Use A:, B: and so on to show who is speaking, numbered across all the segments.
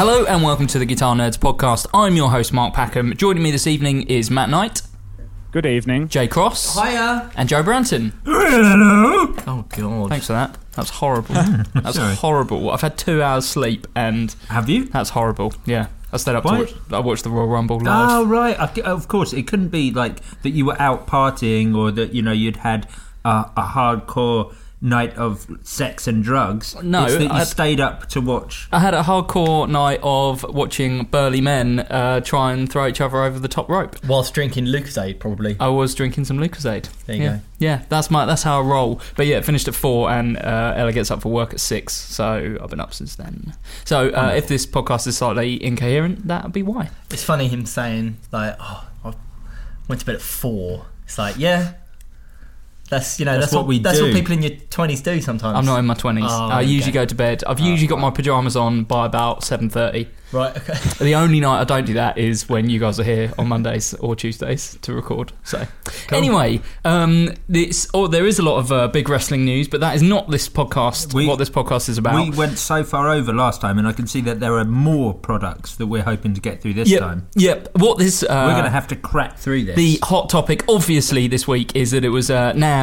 A: Hello and welcome to the Guitar Nerds podcast. I'm your host Mark Packham. Joining me this evening is Matt Knight,
B: Good evening.
A: Jay Cross,
C: Hiya.
A: and Joe Branton.
C: Hello. Oh God. Hmm,
A: Thanks for that. That's horrible. That's
C: Sorry.
A: horrible. I've had two hours sleep and
C: Have you?
A: that's horrible. Yeah, I stayed up
C: Why-
A: to watch. I watched the Royal Rumble live.
C: Oh right. I c- of course, it couldn't be like that. You were out partying, or that you know you'd had a, a hardcore night of sex and drugs.
A: No,
C: it's that you
A: I-
C: stayed up to watch.
A: I had a hardcore night of watching burly men uh, try and throw each other over the top rope.
D: Whilst drinking Lucasade, probably.
A: I was drinking some Lucasade.
D: There you
A: yeah.
D: go.
A: Yeah, that's my that's how I roll. But yeah, finished at four, and uh, Ella gets up for work at six, so I've been up since then. So uh, if this podcast is slightly incoherent, that'd be why.
D: It's funny him saying, like, oh, I went to bed at four. It's like, yeah. That's, you know, that's,
C: That's what we
D: That's
C: do.
D: what people in your 20s do sometimes.
A: I'm not in my twenties.
D: Oh,
A: I usually
D: okay. Oh,
A: go to bed. I've usually got my pajamas on by about seven thirty.
D: Right, okay.
A: The only night I don't do that is when you guys are here on Mondays or Tuesdays to record. So, anyway, um, this oh, there is a lot of uh, big wrestling news, but that is not this podcast.
C: We-
A: what this podcast is about.
C: We went so far over last time, and I can see that there are more products that we're hoping to get through this
A: yep,
C: time.
A: yep. What this? Uh,
C: We're going to have to crack through this.
A: The hot topic, obviously, this week is that it was uh, Nam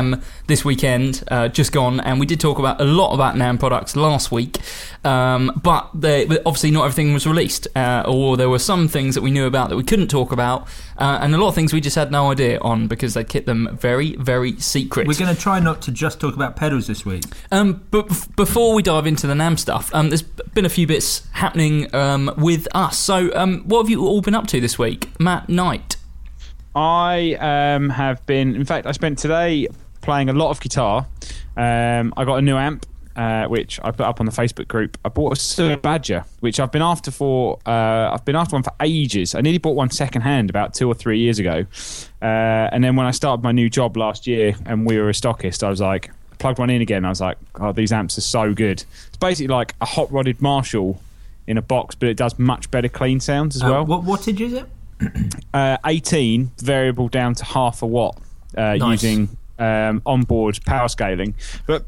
A: this weekend, uh, just gone, and we did talk about a lot about Nam products last week, um, but they, but obviously not everything was released, uh, or there were some things that we knew about that we couldn't talk about, uh, and a lot of things we just had no idea on because they kept them very, very secret.
C: we're going to try not to just talk about pedals this week.
A: Um, but bef- before we dive into the Nam stuff, um, there's been a few bits happening um, with us. So, um, what have you all been up to this week, Matt Knight?
B: I um, have been, in fact, I spent today playing a lot of guitar. Um, I got a new amp, uh, which I put up on the Facebook group. I bought a Sir Badger, which I've been after for, uh, I've been after one for ages. I nearly bought one second hand about two or three years ago. Uh, and then when I started my new job last year and we were a stockist, I was like, I plugged one in again. I was like, oh, these amps are so good. It's basically like a hot rodded Marshall in a box, but it does much better clean sounds as
C: Uh,
B: well
C: what wattage is it?
B: uh, 18 variable down to half a watt uh,
D: Nice.
B: using um, onboard power scaling, but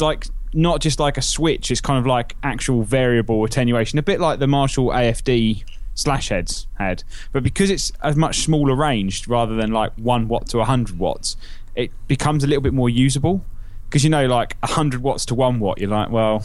B: like not just like a switch. It's kind of like actual variable attenuation, a bit like the Marshall AFD slash heads had, but because it's a much smaller range rather than like one watt to 100 watts, it becomes a little bit more usable. Because you know, like 100 watts to one watt, you're like, well,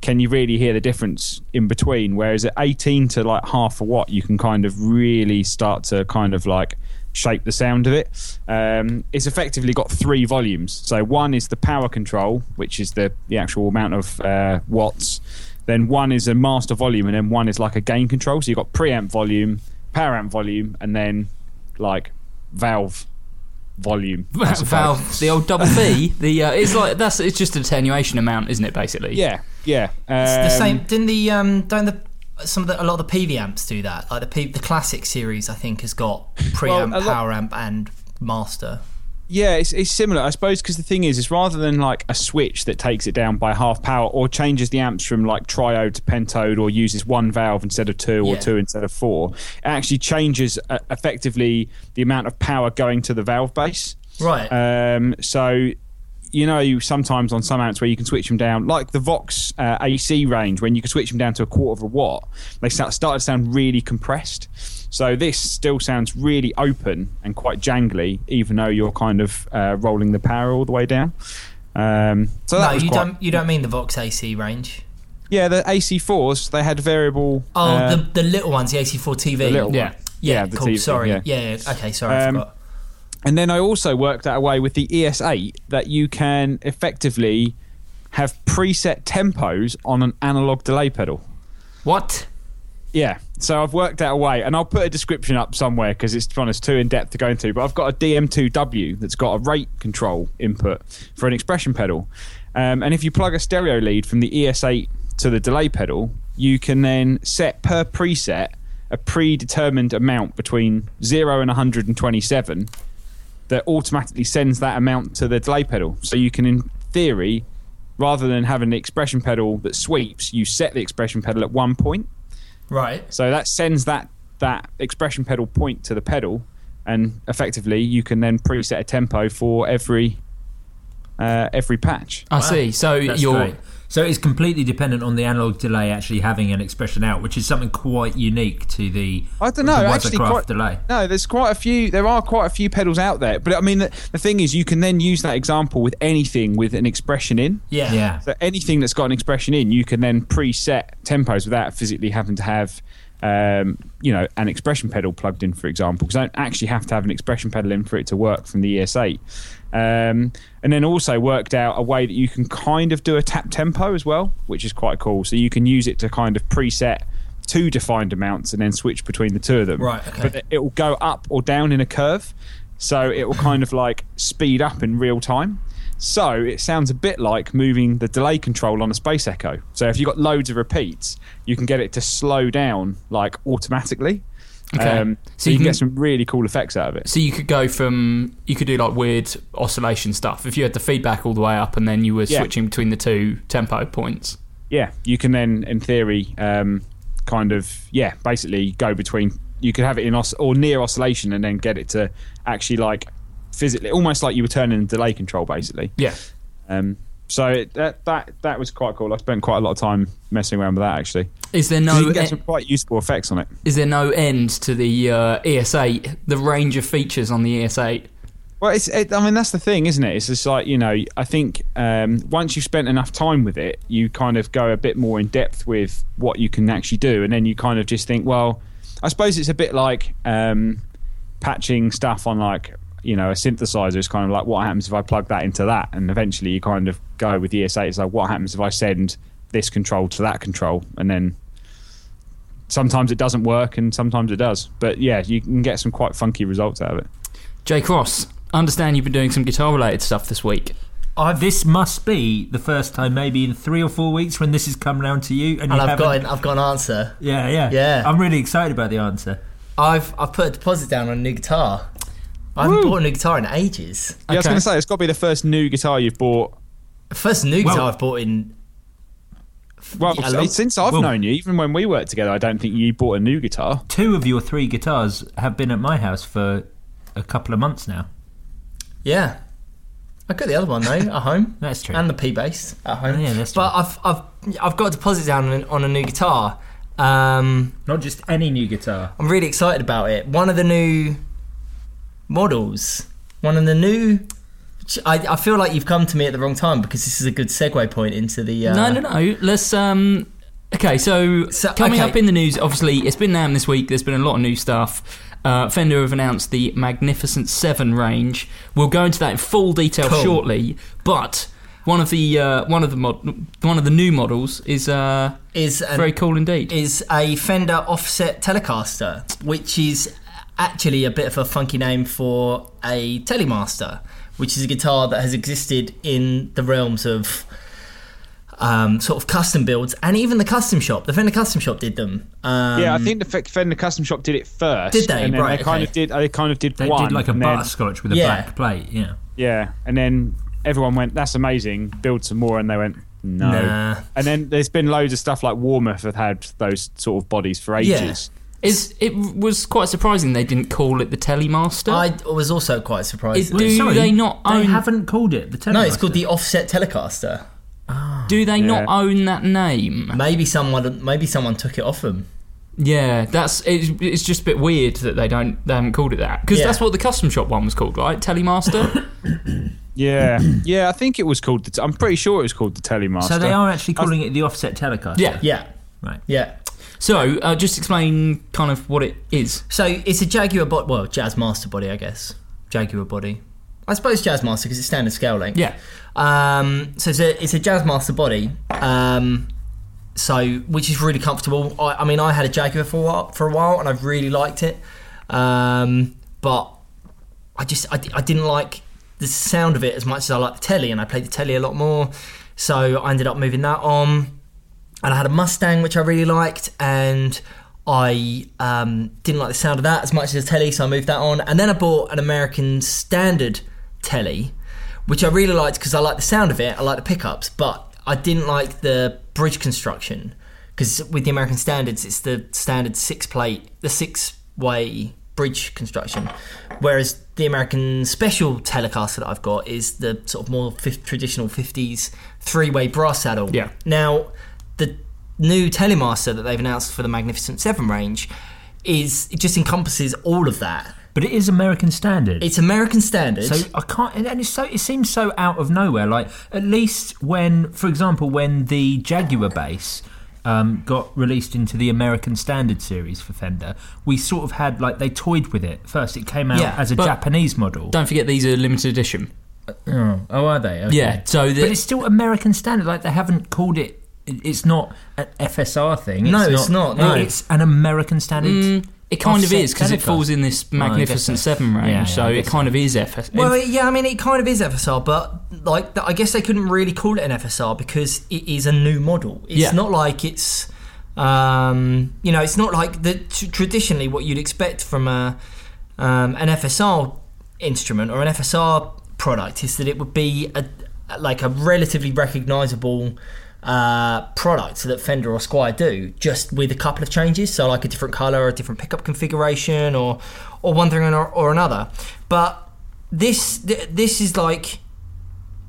B: can you really hear the difference in between? Whereas at 18 to like half a watt, you can kind of really start to kind of like shape the sound of it. Um, it's effectively got three volumes. So one is the power control, which is the, the actual amount of uh, watts. Then one is a master volume, and then one is like a gain control. So you've got preamp volume, power amp volume, and then like valve volume. I suppose.
A: Valve, the old double B, the uh, it's like that's it's just an attenuation amount, isn't it? Basically,
B: Yeah, yeah.
D: It's the
B: um,
D: same. Didn't the um don't the some of the, a lot of the PV amps do that? Like the P, the classic series, I think has got preamp,
B: a lot-
D: power amp, and master.
B: Yeah, it's, it's similar, I suppose, because the thing is, is rather than like a switch that takes it down by half power or changes the amps from like triode to pentode or uses one valve instead of two or
D: Yeah.
B: two instead of four, it actually changes uh, effectively the amount of power going to the valve base.
D: Right.
B: Um, so, you know, you- sometimes on some amps where you can switch them down, like the Vox uh, AC range, when you can switch them down to a quarter of a watt, they start, started to sound really compressed. So this still sounds really open and quite jangly, even though you're kind of uh, rolling the power all the way down. Um, so
D: no,
B: that was
D: you
B: quite-
D: don't. You don't mean the Vox AC range.
B: Yeah, the AC4s they had variable.
D: Oh,
B: uh,
D: the the little ones, the AC4 TV.
B: the little one.
A: yeah.
D: Yeah,
B: the
D: cool.
B: TV,
D: sorry.
B: yeah.
D: Yeah. yeah, Okay. Sorry. I
B: Um,
D: forgot.
B: And then I also worked out a way with the ES8 that you can effectively have preset tempos on an analog delay pedal.
A: What?
B: Yeah, so I've worked out a way, and I'll put a description up somewhere because it's, to be honest, too in depth to go into. But I've got a DM2W that's got a rate control input for an expression pedal. Um, and if you plug a stereo lead from the ES8 to the delay pedal, you can then set per preset a predetermined amount between 0 and 127 that automatically sends that amount to the delay pedal. So you can, in theory, rather than having an expression pedal that sweeps, you set the expression pedal at one point.
D: Right.
B: So that sends that that expression pedal point to the pedal, and effectively you can then preset a tempo for every uh, every patch.
A: I see. So
C: That's
A: you're
C: great. So it's completely dependent on the analog delay actually having an expression out, which is something quite unique to the
B: I don't know.
C: the
B: Actually,
C: Watercraft
B: quite,
C: delay.
B: no. There's quite a few. There are quite a few pedals out there. But I mean, the, the thing is, you can then use that example with anything with an expression in.
D: Yeah.
C: Yeah.
B: So anything that's got an expression in, you can then preset tempos without physically having to have, um, you know, an expression pedal plugged in, for example, because I don't actually have to have an expression pedal in for it to work from the ES8. Um, and then also worked out a way that you can kind of do a tap tempo as well, which is quite cool. So you can use it to kind of preset two defined amounts and then switch between the two of them.
D: Right, okay.
B: But th- it will go up or down in a curve. So it will kind of like speed up in real time. So it sounds a bit like moving the delay control on a space echo. So if you've got loads of repeats, you can get it to slow down like automatically. Um,
A: Okay.
B: so, you can get some really cool effects out of it.
A: so you could go from you could do like weird oscillation stuff if you had the feedback all the way up and then you were
B: Yeah.
A: switching between the two tempo points.
B: Yeah, you can then, in theory, um, kind of, yeah, basically go between. You could have it in os- or near oscillation and then get it to actually like physically, almost like you were turning the delay control basically.
A: Yeah.
B: Um, so it, that that that was quite cool. I spent quite a lot of time messing around with that actually.
A: Is there
B: 'Cause
A: no
B: you can get
A: e-
B: some quite useful effects on it.
A: is there no end to the uh, ES8? The range of features on the E ES8.
B: Well, it's it, I mean that's the thing, isn't it? It's just like you know, I think um, once you've spent enough time with it, you kind of go a bit more in depth with what you can actually do, and then you kind of just think, well, I suppose it's a bit like um, patching stuff on like you know a synthesizer is kind of like what happens if I plug that into that, and eventually you kind of go with ES8. It's like what happens if I send this control to that control, and then sometimes it doesn't work, and sometimes it does. But yeah, you can get some quite funky results out of it.
A: Jay Cross, I understand you've been doing some guitar related stuff this week.
C: Uh, This must be the first time, maybe in three or four weeks, when this has come round to you, and,
D: And
C: you
D: I've
C: haven't-
D: got an, I've got an answer.
C: Yeah, yeah,
D: Yeah.
C: I'm really excited about the answer.
D: I've I've put a deposit down on a new guitar. I haven't bought a new guitar in ages.
B: Yeah, I was
A: Okay.
B: going to say it's got to be the first new guitar you've bought.
D: First new guitar
C: Well-
D: I've bought in.
B: Well,
D: Yeah, I love-
B: since I've
C: Well-
B: known you, even when we worked together, I don't think you bought a new guitar.
C: Two of your three guitars have been at my house for a couple of months now.
D: Yeah. I got the other one though at home.
C: That's true.
D: And the P bass at home.
C: Yeah, that's
D: but I've I've I've got a deposit down on, on a new guitar. Um,
C: Not just any new guitar.
D: I'm really excited about it. One of the new models, one of the new. I, I feel like you've come to me at the wrong time because this is a good segue point into the. Uh,
A: No, no, no. Let's. um Okay, so,
D: So,
A: coming
D: okay.
A: up in the news, obviously, it's been NAM this week. There's been a lot of new stuff. Uh, Fender have announced the Magnificent Seven range. We'll go into that in full detail
D: Cool.
A: shortly. But one of the uh, one of the mod- one of the new models is uh,
D: Is an,
A: very cool indeed.
D: is a Fender offset Telecaster, which is actually a bit of a funky name for a Telemaster, which is a guitar that has existed in the realms of um, sort of custom builds and even the custom shop. The Fender Custom Shop did them. Um,
B: yeah, I think the F- Fender Custom Shop did it first.
D: Did they?
B: And then
D: Right,
B: They kind
D: okay.
B: of did. They kind of did
C: They
B: one.
C: did like a
B: and then-
C: butterscotch with a
D: Yeah.
C: black plate. Yeah.
B: Yeah, and then everyone went, "That's amazing." Build some more, and they went, "No."
D: Nah.
B: And then there's been loads of stuff like Warmoth have had those sort of bodies for
D: Yeah.
B: ages.
A: Is it was quite surprising they didn't call it the Telemaster?
D: uh, I was also quite surprised.
A: Is- do
C: Sorry,
A: they not
C: They
A: own?
C: haven't called it the Telemaster.
D: no, it's called the Offset Telecaster.
A: do they not
B: Yeah.
A: own that name?
D: Maybe someone, maybe someone took it off them.
A: Yeah, that's it's, it's just a bit weird that they don't they haven't called it that because
D: Yeah.
A: that's what the custom shop one was called, right? Telemaster.
B: Yeah, yeah. I think it was called. The t- I'm pretty sure it was called the Telemaster.
C: So they are actually calling it the offset telecaster.
A: yeah.
D: Yeah,
C: Right.
D: yeah.
A: So uh, just explain kind of what it is.
D: So it's a Jaguar body, well, Jazz Master body, I guess. Jaguar body. I suppose Jazz Master because it's standard scale length.
A: Yeah.
D: Um, so it's a it's a Jazz Master body. Um, so which is really comfortable. I, I mean, I had a Jaguar for a while, for a while, and I've really liked it. Um, but I just I, di- I didn't like the sound of it as much as I liked the telly, and I played the telly a lot more. So I ended up moving that on, and I had a Mustang which I really liked, and I um, didn't like the sound of that as much as the telly, so I moved that on. And then I bought an American Standard telly, which I really liked because I liked the sound of it, I liked the pickups, but I didn't like the bridge construction because with the American standards, it's the standard six plate, the six way bridge construction, whereas the American special Telecaster that I've got is the sort of more fif- traditional fifties three way brass saddle.
A: Yeah.
D: Now, the new Telemaster that they've announced for the Magnificent Seven range is it just encompasses all of that.
C: But it is American standard.
D: It's American standard.
C: so I can't, and- and it's so it seems so out of nowhere. Like at least when, for example, when the Jaguar bass um, got released into the American Standard series for Fender, we sort of had like they toyed with it first. It came out
D: Yeah,
C: as a
A: but
C: Japanese model.
A: Don't forget these are limited edition.
C: Oh, oh, are they? Okay.
A: Yeah, so the-
C: but it's still American standard. Like they haven't called it. it- It's not an FSR thing.
D: No, it's not, no.
C: it's an American standard.
A: It kind of
C: Mm. offset
A: is because it
C: Telecaster.
A: falls in this
C: Oh, I guess
A: magnificent
C: so.
A: seven range,
C: Yeah, yeah,
A: so
C: I
A: it
C: guess
A: kind of is FS.
D: Well, it- yeah, I mean, it kind of is FSR, but like, th- I guess they couldn't really call it an FSR because it is a new model. It's
A: Yeah.
D: not like it's, um, you know, it's not like the t- traditionally what you'd expect from a um, an FSR instrument or an FSR product is that it would be a like a relatively recognizable uh, product that Fender or Squire do, just with a couple of changes, so like a different color, or a different pickup configuration, or or one thing or, or another. But this th- this is like,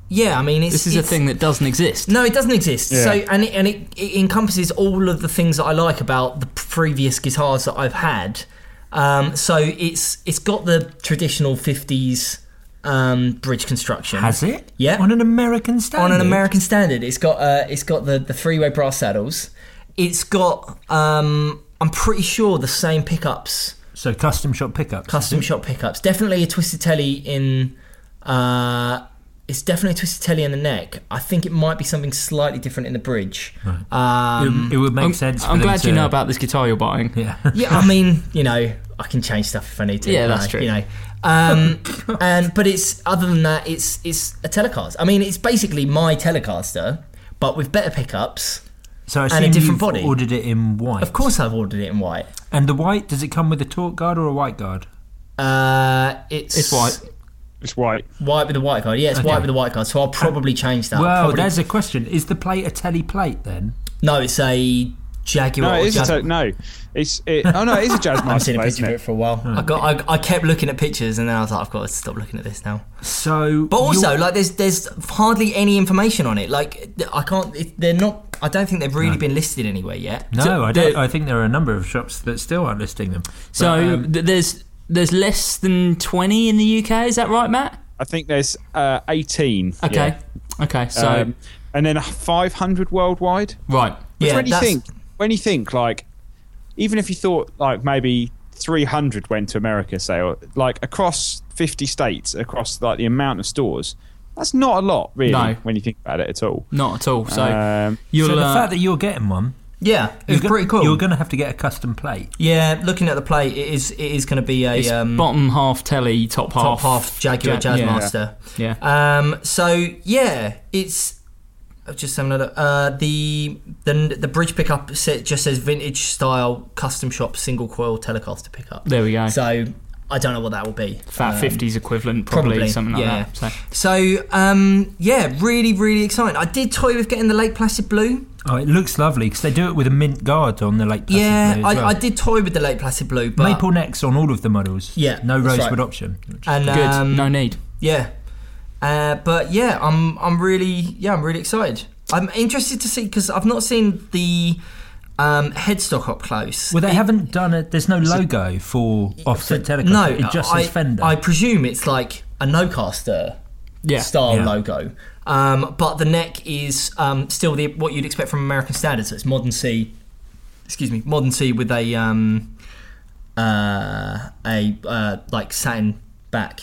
D: yeah, I mean, it's,
A: this is a
D: it's-
A: thing that doesn't exist.
D: no, it doesn't exist.
B: Yeah.
D: So and it, and it, it encompasses all of the things that I like about the previous guitars that I've had. Um, so it's it's got the traditional fifties um, bridge construction.
C: Has it?
D: Yeah.
C: On an American standard.
D: on an American standard. It's got uh, it's got the the three way brass saddles. It's got um, I'm pretty sure the same pickups,
C: So custom shop pickups.
D: custom shop pickups. Definitely a twisted telly in. Uh, it's definitely a twisted telly in the neck. I think it might be something slightly different in the bridge.
C: It,
D: Um,
C: it would make
A: I'm,
C: sense. for
A: I'm
C: them
A: glad you
C: to-
A: know about this guitar you're buying.
C: Yeah.
D: yeah, I mean, you know, I can change stuff if I need to.
A: Yeah,
D: you
A: that's
D: know,
A: true.
D: You know, um, and but it's other than that, it's it's a telecaster. I mean, it's basically my telecaster, but with better pickups.
C: So I
D: And a
C: assume
D: different
C: you've
D: body.
C: ordered it in white.
D: Of course, I've ordered it in white.
C: And the white does it come with a torque guard or a white guard?
D: Uh, it's
A: It's white.
B: It's white.
D: White with a white card. Yeah, it's
C: Okay.
D: white with a white card. So I'll probably change that.
C: well,
D: Oh, Probably-
C: there's a question. Is the plate a telly plate then?
D: no, it's a Jaguar.
B: No,
D: or
B: it is. A
D: Jazz-
B: te- no, it's. It, oh no, it is a jazz
D: I haven't
B: master,
D: seen a
B: isn't
D: picture of
B: it?
D: it for a while.
C: Hmm.
D: I got. I, I kept looking at pictures, and then I was like, I've got to stop looking at this now.
C: So,
D: But also,
C: you're-
D: like, there's there's hardly any information on it. Like, I can't. It, they're not. I don't think they've really been listed anywhere yet.
C: no,
A: so
C: I don't.
A: the-
C: I think there are a number of shops that still aren't listing them. But,
A: So
C: um,
A: th- there's there's less than twenty in the UK. Is that right, Matt?
B: I think there's uh, 18.
A: Okay.
B: yeah.
A: Okay. So
B: Um, and then 500 worldwide.
A: right.
B: But
D: Yeah,
B: when you
D: that's-
B: think, when you think, like, even if you thought like maybe 300 went to America, say, or like across 50 states, across like the amount of stores, that's not a lot, really,
A: No.
B: when you think about it at all.
A: Not at all. So
B: Um,
A: you'll
C: Mm, so the
A: uh,
C: fact that you're getting one
D: Yeah,
C: You're
D: it was
C: gonna-
D: pretty cool.
C: You're going to have to get a custom plate.
D: yeah, looking at the plate, it is it is going to be
A: It's
D: a um,
A: bottom half telly, top half.
D: top half Jaguar
A: Ja- yeah.
D: Jazzmaster.
A: Yeah.
D: Um, so yeah, it's I was just having a look. Uh, the the the bridge pickup set just says vintage style custom shop single coil Telecaster pickup.
A: There we go.
D: So I don't know what that will be.
A: Fat
D: Um,
A: 50s equivalent, probably,
D: probably,
A: something like
D: yeah.
A: that. So,
D: So um, yeah, really really exciting. I did toy with getting the Lake Placid Blue.
C: Oh, it looks lovely because they do it with a mint guard on the Lake Placid
D: yeah,
C: Blue
D: I,
C: as well.
D: I did toy with the Lake Placid Blue, but
C: Maple necks on all of the models.
D: Yeah,
C: no
D: that's
C: rosewood
D: right.
C: option.
D: and
A: good.
D: um,
A: no need.
D: Yeah, uh, but yeah, I'm I'm really yeah I'm really excited. I'm interested to see because I've not seen the um, headstock up close.
C: Well, they haven't done it. There's no logo for offset telecaster.
D: no,
C: it just
D: I,
C: says Fender.
D: I presume it's like a no caster
A: Yeah.
D: style
C: Yeah.
D: logo. Um, but the neck is um, still the what you'd expect from American standard, so it's modern C. Excuse me, modern C with a um, uh, a uh, like satin back.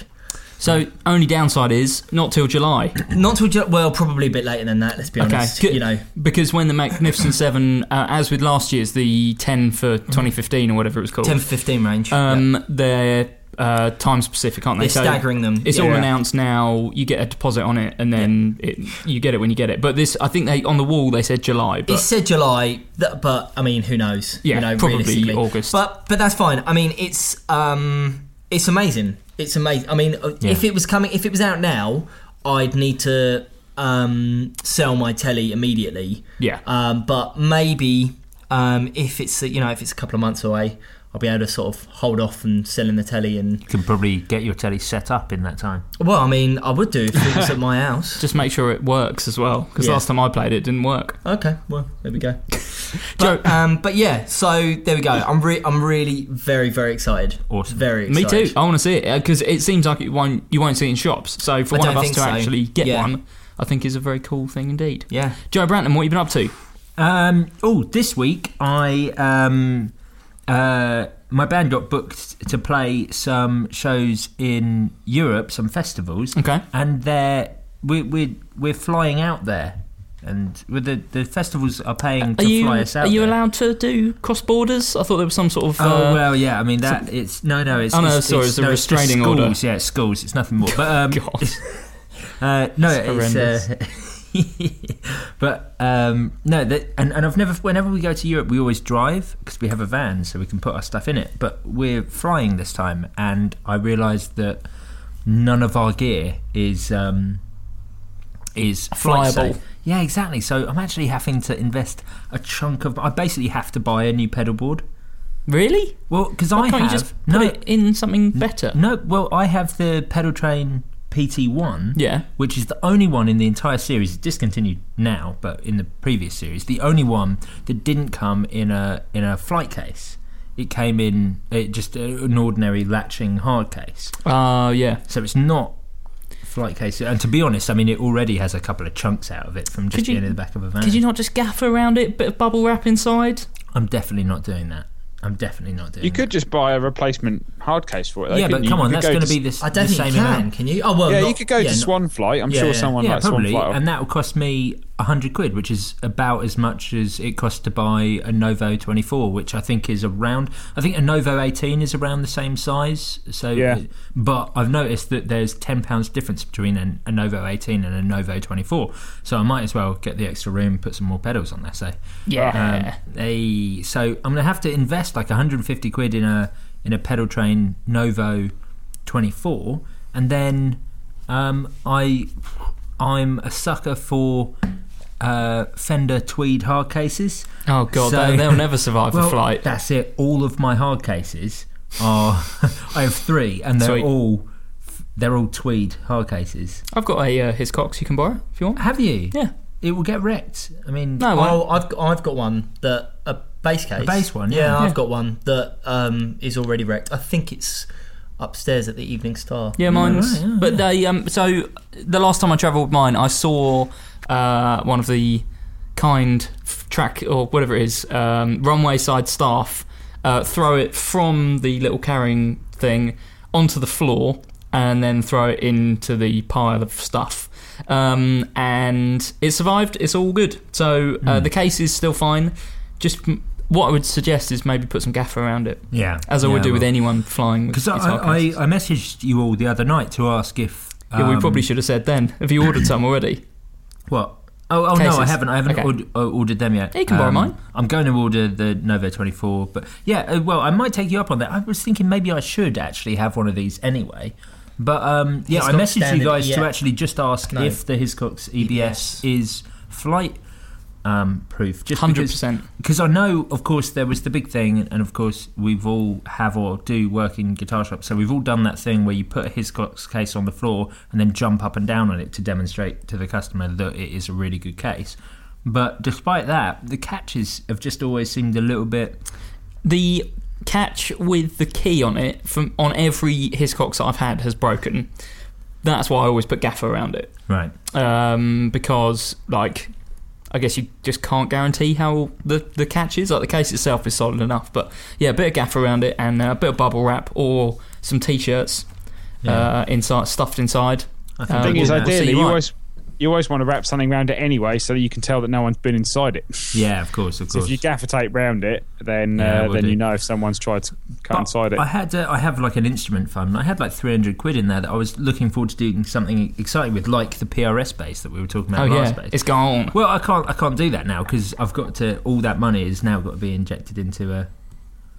A: So, only downside is not till July.
D: Not till Ju- well, probably a bit later than that. Let's be honest.
A: good.
D: You know,
A: Because when the Magnificent Seven, uh, as with last year's, the 10 for 2015 or whatever it was called,
D: Mm. ten fifteen range. Yeah.
A: um, they're uh, time specific, aren't they?
D: They're staggering them,
A: It's
D: yeah.
A: all
D: Yeah.
A: announced now. You get a deposit on it, and then it, you get it when you get it. But this, I think they on the wall they said July. But
D: It said July, th- but I mean, who knows?
A: Yeah,
D: you know,
A: probably
D: realistically.
A: August.
D: But but that's fine. I mean, it's um, it's amazing. It's amazing. I mean, uh if it was coming, if it was out now, I'd need to um sell my telly immediately.
A: Yeah.
D: Um, but maybe um, if it's you know if it's a couple of months away, I'll be able to sort of hold off and selling the telly and.
C: you can probably get your telly set up in that time.
D: Well, I mean, I would do if it was at my house.
A: just make sure it works as well. Because
D: Yeah.
A: last time I played it, it didn't work.
D: Okay, well, there we go.
A: Joe,
D: Um, but yeah, so there we go. I'm re- I'm really very very excited.
C: Awesome.
D: Very
A: me
D: excited.
A: too. I want to see it because it seems like it won't. You won't see it in shops. So for
D: I
A: one of
D: don't
A: us
D: think
A: to
D: so.
A: actually get
D: Yeah.
A: one, I think is a very cool thing indeed.
D: Yeah.
A: Joe Branton, what have you been up to?
C: Um, oh, this week I um, uh, my band got booked to play some shows in Europe, some festivals.
A: Okay.
C: and they're we we we're flying out there, and with the the festivals are paying
A: Are
C: to
A: you
C: fly us out.
A: are you
C: there.
A: allowed to do cross borders? I thought there was some sort of.
C: Oh
A: uh,
C: well, yeah. I mean that it's no, no. It's
A: Oh, no,
C: it's,
A: sorry, it's a
C: no, just
A: restraining
C: schools,
A: order.
C: Yeah, it's schools. It's nothing more. But um,
A: God.
C: uh, no, it's,
A: horrendous.
C: uh, but um, no, that, and and I've never. Whenever we go to Europe, we always drive because we have a van, so we can put our stuff in it. But we're flying this time, and I realised that none of our gear is um, is flight
A: Flyable.
C: safe. Yeah, exactly. So I'm actually having to invest a chunk of. I basically have to buy a new pedal board.
A: Really?
C: Well, because
A: Why
C: I
A: can't
C: have
A: you just put
C: no,
A: it in something better?
C: no. Well, I have the pedal train PT1.
A: Yeah.
C: which is the only one in the entire series it's discontinued now, but in the previous series, the only one that didn't come in a in a flight case. It came in it just uh, an ordinary latching hard case,
A: Oh, yeah.
C: so it's not flight case. And to be honest, I mean, it already has a couple of chunks out of it from just
A: Could you-
C: being in the back of a van.
A: Could you not just gaff around it, bit of bubble wrap inside?
C: I'm definitely not doing that. I'm definitely not doing.
B: You
C: that.
B: could just buy a replacement hard case for it. though,
C: yeah, but
B: couldn't you?
C: come
B: You
C: on,
B: could
C: that's
B: go
C: going to
B: to
C: be this,
D: I don't
C: the
D: think
C: same
D: you can.
C: amount.
D: Can you? Oh well.
B: Yeah,
D: not-
B: you could go
D: yeah,
B: to
D: not-
B: Swan Flight. I'm
D: Yeah,
B: sure
D: yeah.
B: someone
C: yeah,
B: likes Swan
C: probably,
B: Flight.
C: and that will cost me hundred quid, which is about as much as it costs to buy a Novo twenty four, which I think is around. I think a Novo eighteen is around the same size. So,
B: Yeah.
C: but I've noticed that there's ten pounds difference between an, a Novo eighteen and a Novo twenty four. So I might as well get the extra room, put some more pedals on there. So
A: Yeah.
C: um, a- so I'm gonna have to invest like 150 quid in a in a pedal train Novo 24, and then um, I I'm a sucker for uh, Fender Tweed hard cases.
A: Oh, God, they- they'll never survive a
C: well,
A: flight.
C: That's it. All of my hard cases are I have three, and they're
A: Sweet.
C: all they're all Tweed hard cases.
A: I've got a uh, Hiscox you can borrow if you want.
C: Have you?
A: Yeah.
C: It will get wrecked. I mean,
A: No, why?
D: Oh, I've I've got one that a base case. A
C: base one, yeah.
D: I've got one that um is already wrecked. I think it's upstairs at the Evening Star. Mm.
A: Yeah, mine's. but they um. So the last time I travelled mine, I saw uh one of the kind f- track or whatever it is um runway side staff uh throw it from the little carrying thing onto the floor and then throw it into the pile of stuff.
C: Hmm.
A: Um, and it survived. It's all good. So uh, the case is still fine. just m- what I would suggest is maybe put some gaffer around it,
C: Yeah.
A: as I
C: yeah,
A: would do with
C: well-
A: anyone flying. with
C: Because I,
A: guitar
C: I,
A: cases.
C: I messaged you all the other night to ask if.
A: yeah, we
C: um,
A: probably should have said then. Have you ordered some already?
C: What? Oh, oh
A: Cases.
C: no, I haven't. I haven't
A: Okay.
C: ord- uh, ordered them yet. Um,
A: Yeah, you can borrow mine.
C: I'm going to order the Novo 24, but yeah, uh, well, I might take you up on that. I was thinking maybe I should actually have one of these anyway. But um, yeah,
D: It's
C: I
D: not
C: messaged you
D: standard
C: guys
D: yet.
C: to actually just ask
D: No. E
C: if the Hiscox EBS, is flight um, proof. Just
A: Hundred
C: because-
A: percent.
C: because I know, of course, there was the big thing, and of course, we've all have or do work in guitar shops, so we've all done that thing where you put a Hiscox case on the floor and then jump up and down on it to demonstrate to the customer that it is a really good case. But despite that, the catches have just always seemed a little bit.
A: The catch with the key on it from on every Hiscox that I've had has broken. That's why I always put gaffer around it.
C: Right.
A: um, because like I guess you just can't guarantee how the, the catch is. Like the case itself is solid enough, but yeah, a bit of gaff around it and uh, a bit of bubble wrap or some t-shirts uh, inside stuffed inside.
C: I
B: The
C: Uh,
B: thing is,
C: we'll
B: ideally,
A: see,
B: you
A: right.
B: always you always want to wrap something around it anyway, so that you can tell that no one's been inside it.
C: Yeah, of course, of
B: So
C: course.
B: if you gaffer tape round it, then
C: Yeah,
B: uh,
C: will
B: then
C: do.
B: you know if someone's tried to cut
C: But
B: inside it.
C: I had uh, I have like an instrument fund. and I had like 300 quid in there that I was looking forward to doing something exciting with, like the PRS base that we were talking
A: Oh
C: about
A: yeah,
C: last base.
A: it's gone.
C: Well, I can't. I can't do that now because I've got to. All that money is now got to be injected into a.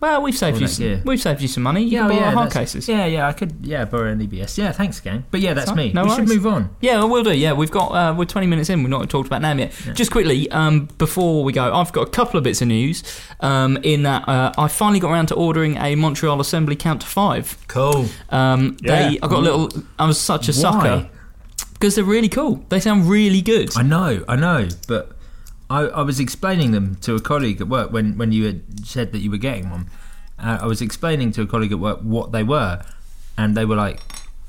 A: Well, we've saved
C: Well,
A: you.
C: that-
A: Some,
C: yeah.
A: We've saved you some money. You can
C: oh,
A: buy our hard
C: that's-
A: cases.
C: Yeah, yeah. I could. Yeah, borrow an EBS. Yeah, thanks, gang. But yeah, that's
A: That's all right,
C: me.
A: no
C: we should
A: worries.
C: move on.
A: Yeah, we'll do. Yeah, we've got uh, we're 20 minutes in. We've not talked about NAM yet. Just quickly um, before we go, I've got a couple of bits of news. Um, in that uh, I finally got around to ordering a Montreal Assembly Count to Five.
C: Cool.
A: Um, They,
B: Yeah.
A: I got a little. I was such a sucker because they're really cool. They sound really good.
C: I know. I know. But I, I was explaining them to a colleague at work when when you had said that you were getting one. Uh, I was explaining to a colleague at work what they were, and they were like,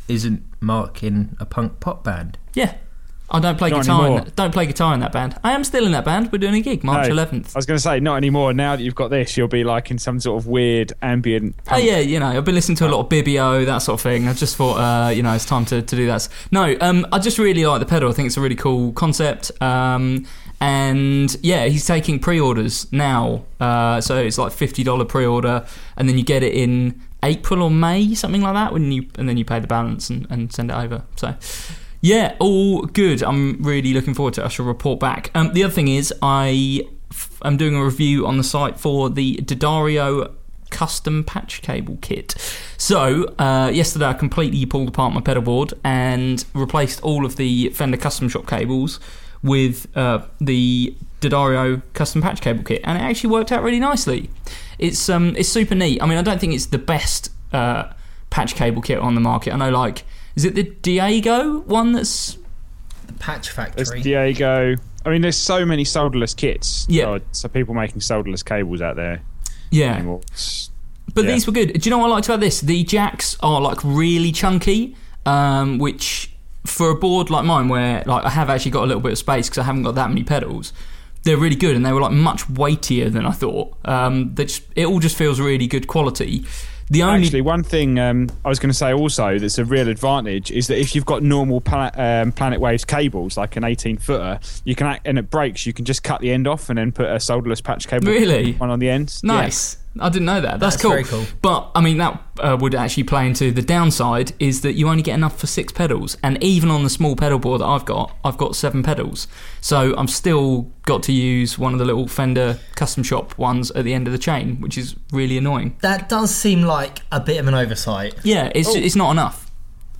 C: "Isn't Mark in a punk pop band?"
A: yeah, I don't play
B: Not
A: guitar. In
B: anymore.
A: that, don't play guitar in that band. I am still in that band. We're doing a gig March
B: No,
A: 11th.
B: I was going to say, not anymore. Now that you've got this, you'll be like in some sort of weird ambient.
A: Oh yeah, you know, I've been listening to a lot of Bibio, that sort of thing. I just thought, uh, you know, it's time to, to do that. No, um, I just really like the pedal. I think it's a really cool concept. Um, and yeah, he's taking pre-orders now, uh, so it's like fifty dollar pre-order, and then you get it in April or May, something like that. When you and then you pay the balance and, and send it over. So. Yeah, all good. I'm really looking forward to it. I shall report back. Um, the other thing is, I f- am doing a review on the site for the Didario custom patch cable kit. So, uh, yesterday I completely pulled apart my pedal board and replaced all of the Fender Custom Shop cables with uh, the Didario custom patch cable kit, and it actually worked out really nicely. It's um, it's super neat. I mean, I don't think it's the best uh, patch cable kit on the market. I know, like, is it the Diego one that's
D: The Patch
B: There's
D: Factory.
B: Diego. I mean, there's so many solderless kits.
A: Yeah.
B: God, so people making solderless cables out there
A: yeah?
B: anymore. It's-
A: But
B: Yeah.
A: these were good. Do you know what I liked about this? The jacks are like really chunky, um, which for a board like mine, where like I have actually got a little bit of space because I haven't got that many pedals, they're really good, and they were like much weightier than I thought. Um, they just, it all just feels really good quality. The only
B: Actually, one thing um, I was going to say also that's a real advantage is that if you've got normal pla- um, Planet Waves cables, like an 18 footer, you can act, and it breaks, you can just cut the end off and then put a solderless patch cable
A: Really?
B: one on the end.
A: Nice. I didn't know that. That's,
D: That's
A: cool.
D: very cool.
A: But I mean, that uh, would actually play into the downside is that you only get enough for six pedals, and even on the small pedal board that I've got, I've got seven pedals. So I'm still got to use one of the little Fender custom shop ones at the end of the chain, which is really annoying.
D: That does seem like a bit of an oversight.
A: Yeah, it's it's not enough.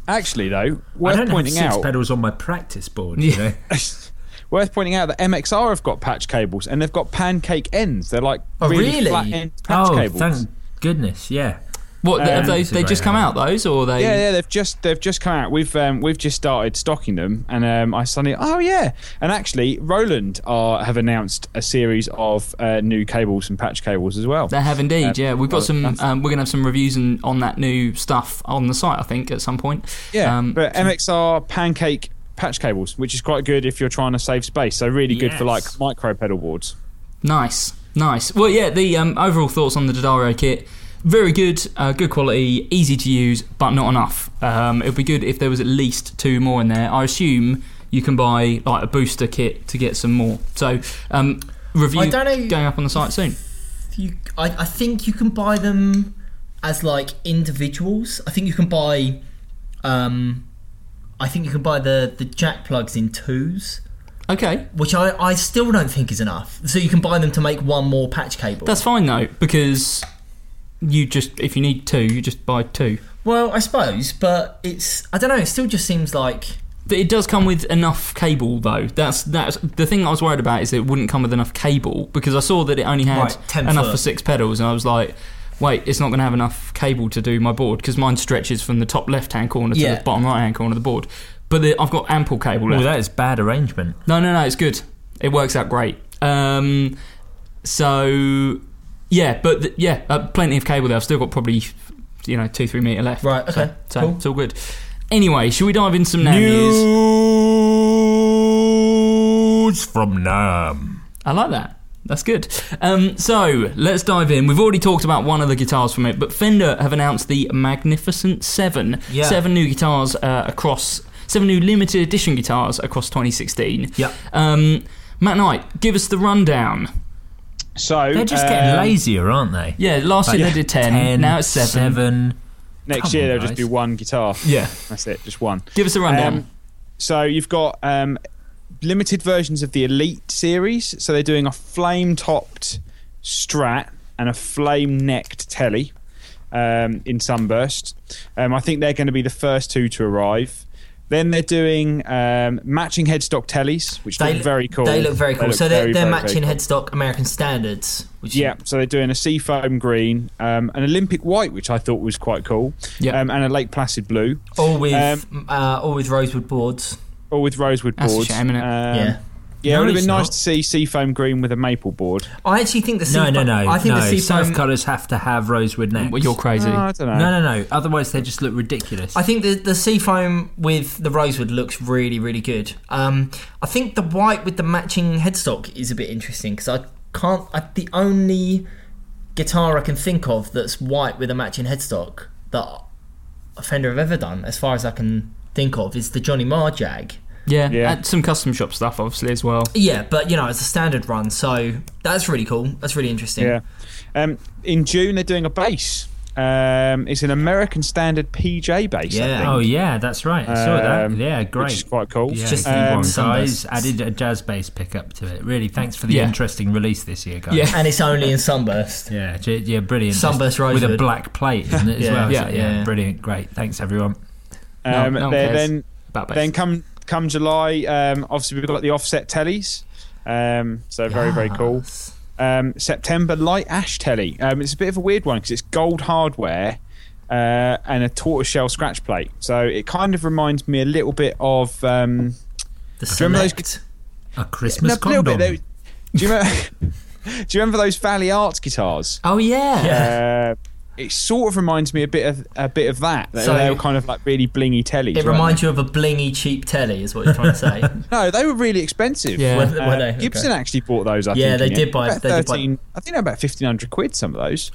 B: Actually, though,
C: I
B: worth
C: don't
B: pointing
C: have six
B: out.
C: pedals on my practice board.
A: Yeah.
C: You know?
B: Worth pointing out that MXR have got patch cables and they've got pancake ends. They're like
D: Oh,
B: really,
D: really?
B: flat end patch
C: Oh,
B: cables.
C: thank goodness! Yeah.
A: What have they?
C: this is
A: They
C: right
A: just come
C: now.
A: out those, or they?
B: Yeah, yeah, they've just they've just come out. We've um, we've just started stocking them, and um, I suddenly oh yeah, and actually Roland are have announced a series of uh, new cables and patch cables as well.
A: They have indeed,
B: Um,
A: yeah. We've got
B: well,
A: some.
B: that's-
A: Um, we're gonna have some reviews and on that new stuff on the site, I think, at some point.
B: yeah,
A: um,
B: but MXR pancake patch cables, which is quite good if you're trying to save space. So really good for like
C: Yes.
B: micro pedal boards.
A: Nice, nice. Well, yeah. The um, overall thoughts on the Dodario kit: very good, uh, good quality, easy to use, but not enough. Um, it would be good if there was at least two more in there. I assume you can buy like a booster kit to get some more. So um, review
D: I don't know-
A: going up on the site soon.
D: You, I, I think you can buy them as like individuals. I think you can buy, um, I think you can buy the the jack plugs in twos,
A: Okay,
D: which I I still don't think is enough. So you can buy them to make one more patch cable.
A: that's fine though because you just if you need two, you just buy two.
D: well, I suppose, but it's I don't know. It still just seems like
A: But It does come with enough cable though. That's that's the thing I was worried about is it wouldn't come with enough cable because I saw that it only had
D: Right, 10
A: enough
D: foot.
A: for six pedals and I was like, wait, it's not going to have enough cable to do my board because mine stretches from the top left hand corner to
D: Yeah.
A: the bottom right hand corner of the board. But the, I've got ample cable
C: Well,
A: left.
C: that is bad arrangement.
A: No, no, no, it's good. It works out great. Um, so yeah, but th- yeah, uh, plenty of cable there. I've still got probably you know two, three meter left.
D: Right,
A: So-
D: okay,
A: So,
D: cool.
A: it's all good. Anyway, should we dive in some NAM news?
C: News from Nam.
A: I like that. That's good. Um, so let's dive in. We've already talked about one of the guitars from it, but Fender have announced the Magnificent Seven.
C: Yeah.
A: Seven new guitars uh, across. Seven new limited edition guitars across 2016.
C: Yep.
A: Um, Matt Knight, give us the rundown.
B: So
C: They're just getting
B: um,
C: lazier, aren't they?
A: Yeah, last year they did 10, now it's 7.
C: seven.
B: Next
C: Come
B: year
C: on,
B: there'll
C: guys.
B: just be one guitar.
A: Yeah.
B: That's it, just one.
A: Give us a rundown.
B: Um, so you've got um, limited versions of the Elite series. So they're doing a flame topped Strat and a flame necked Telly um, in Sunburst. Um, I think they're going to be the first two to arrive. Then they're doing um, matching headstock Tellys, which
D: they
B: look very cool.
D: They look very cool.
B: look
D: so they're,
B: very,
D: they're
B: very, very
D: matching
B: cool.
D: headstock American standards. Which
B: Yeah, so they're doing a seafoam green, um, an Olympic white, which I thought was quite cool,
A: Yeah.
B: um, and a Lake Placid blue,
D: all with
B: Um,
D: uh, all with rosewood boards.
B: all with rosewood
A: That's a
B: boards.
A: shame, innit?
B: Um,
D: Yeah.
B: Yeah,
C: No,
B: it would have
C: it's
B: been nice
C: not.
B: to see seafoam green with a maple board.
D: I actually think the
C: No,
D: sea-
C: no, no.
D: I think
C: no.
D: the
C: South
D: seafoam.
C: colours have to have rosewood necks.
A: well, you're crazy.
B: Oh, I don't know.
C: No, no, no. Otherwise, they just look ridiculous.
D: I think the the seafoam with the rosewood looks really really good. Um, I think the white with the matching headstock is a bit interesting because I can't. I, the only guitar I can think of that's white with a matching headstock that a Fender have ever done, as far as I can think of, is the Johnny Marr Jag.
A: yeah,
B: Yeah.
A: and some custom shop stuff, obviously, as well.
D: Yeah, but you know it's a standard run, so that's really cool. That's really interesting.
B: Yeah. Um, in June, they're doing a bass. Um, it's an American standard PJ bass. I
D: Yeah.
B: think,
C: Oh yeah, that's right. I saw that.
B: um,
C: Yeah, great.
B: Which is quite cool.
C: Yeah,
D: just
C: just
D: the
C: one
D: one
C: size.
D: sunburst.
C: Added a jazz bass pickup to it. Really, thanks for the
A: Yeah.
C: interesting release this year, guys.
A: Yeah.
D: and it's only in Sunburst.
C: Yeah, j- yeah, brilliant.
D: Sunburst
C: Just with a
D: rosewood.
C: black plate, isn't it? As
D: Yeah,
C: well,
A: yeah,
C: So, yeah,
D: yeah.
C: brilliant, great. Thanks everyone.
A: No-
B: Um,
A: no one
B: they're
A: cares
B: then
A: about bass.
B: then come come July. Um, obviously, we've got the offset tellies. Um, so very very cool.
D: Ah,
B: Um, September light ash telly. Um, it's a bit of a weird one because it's gold hardware uh, and a tortoiseshell scratch plate. So it kind of reminds me a little bit of. Um,
D: The
B: you remember those
D: Select.
C: A Christmas
B: a little
C: condom.
B: bit, though. Do you remember? do you remember those Valley Arts guitars?
A: Oh, yeah.
B: Uh, it sort of reminds me a bit of a bit of that. They,
D: So-
B: they were kind of like really blingy tellies.
D: It
B: weren't
D: reminds you of a blingy cheap telly, is what you're trying to say.
B: they? No, they were really expensive.
A: Yeah.
D: Were- were
B: Uh,
D: they?
B: Gibson
D: Okay.
B: actually bought those. I
D: Yeah,
B: think,
D: they
B: in the
D: did
B: end.
D: buy-
B: About
D: they did buy-
B: Thirteen. I think they're about fifteen hundred quid. Some of those.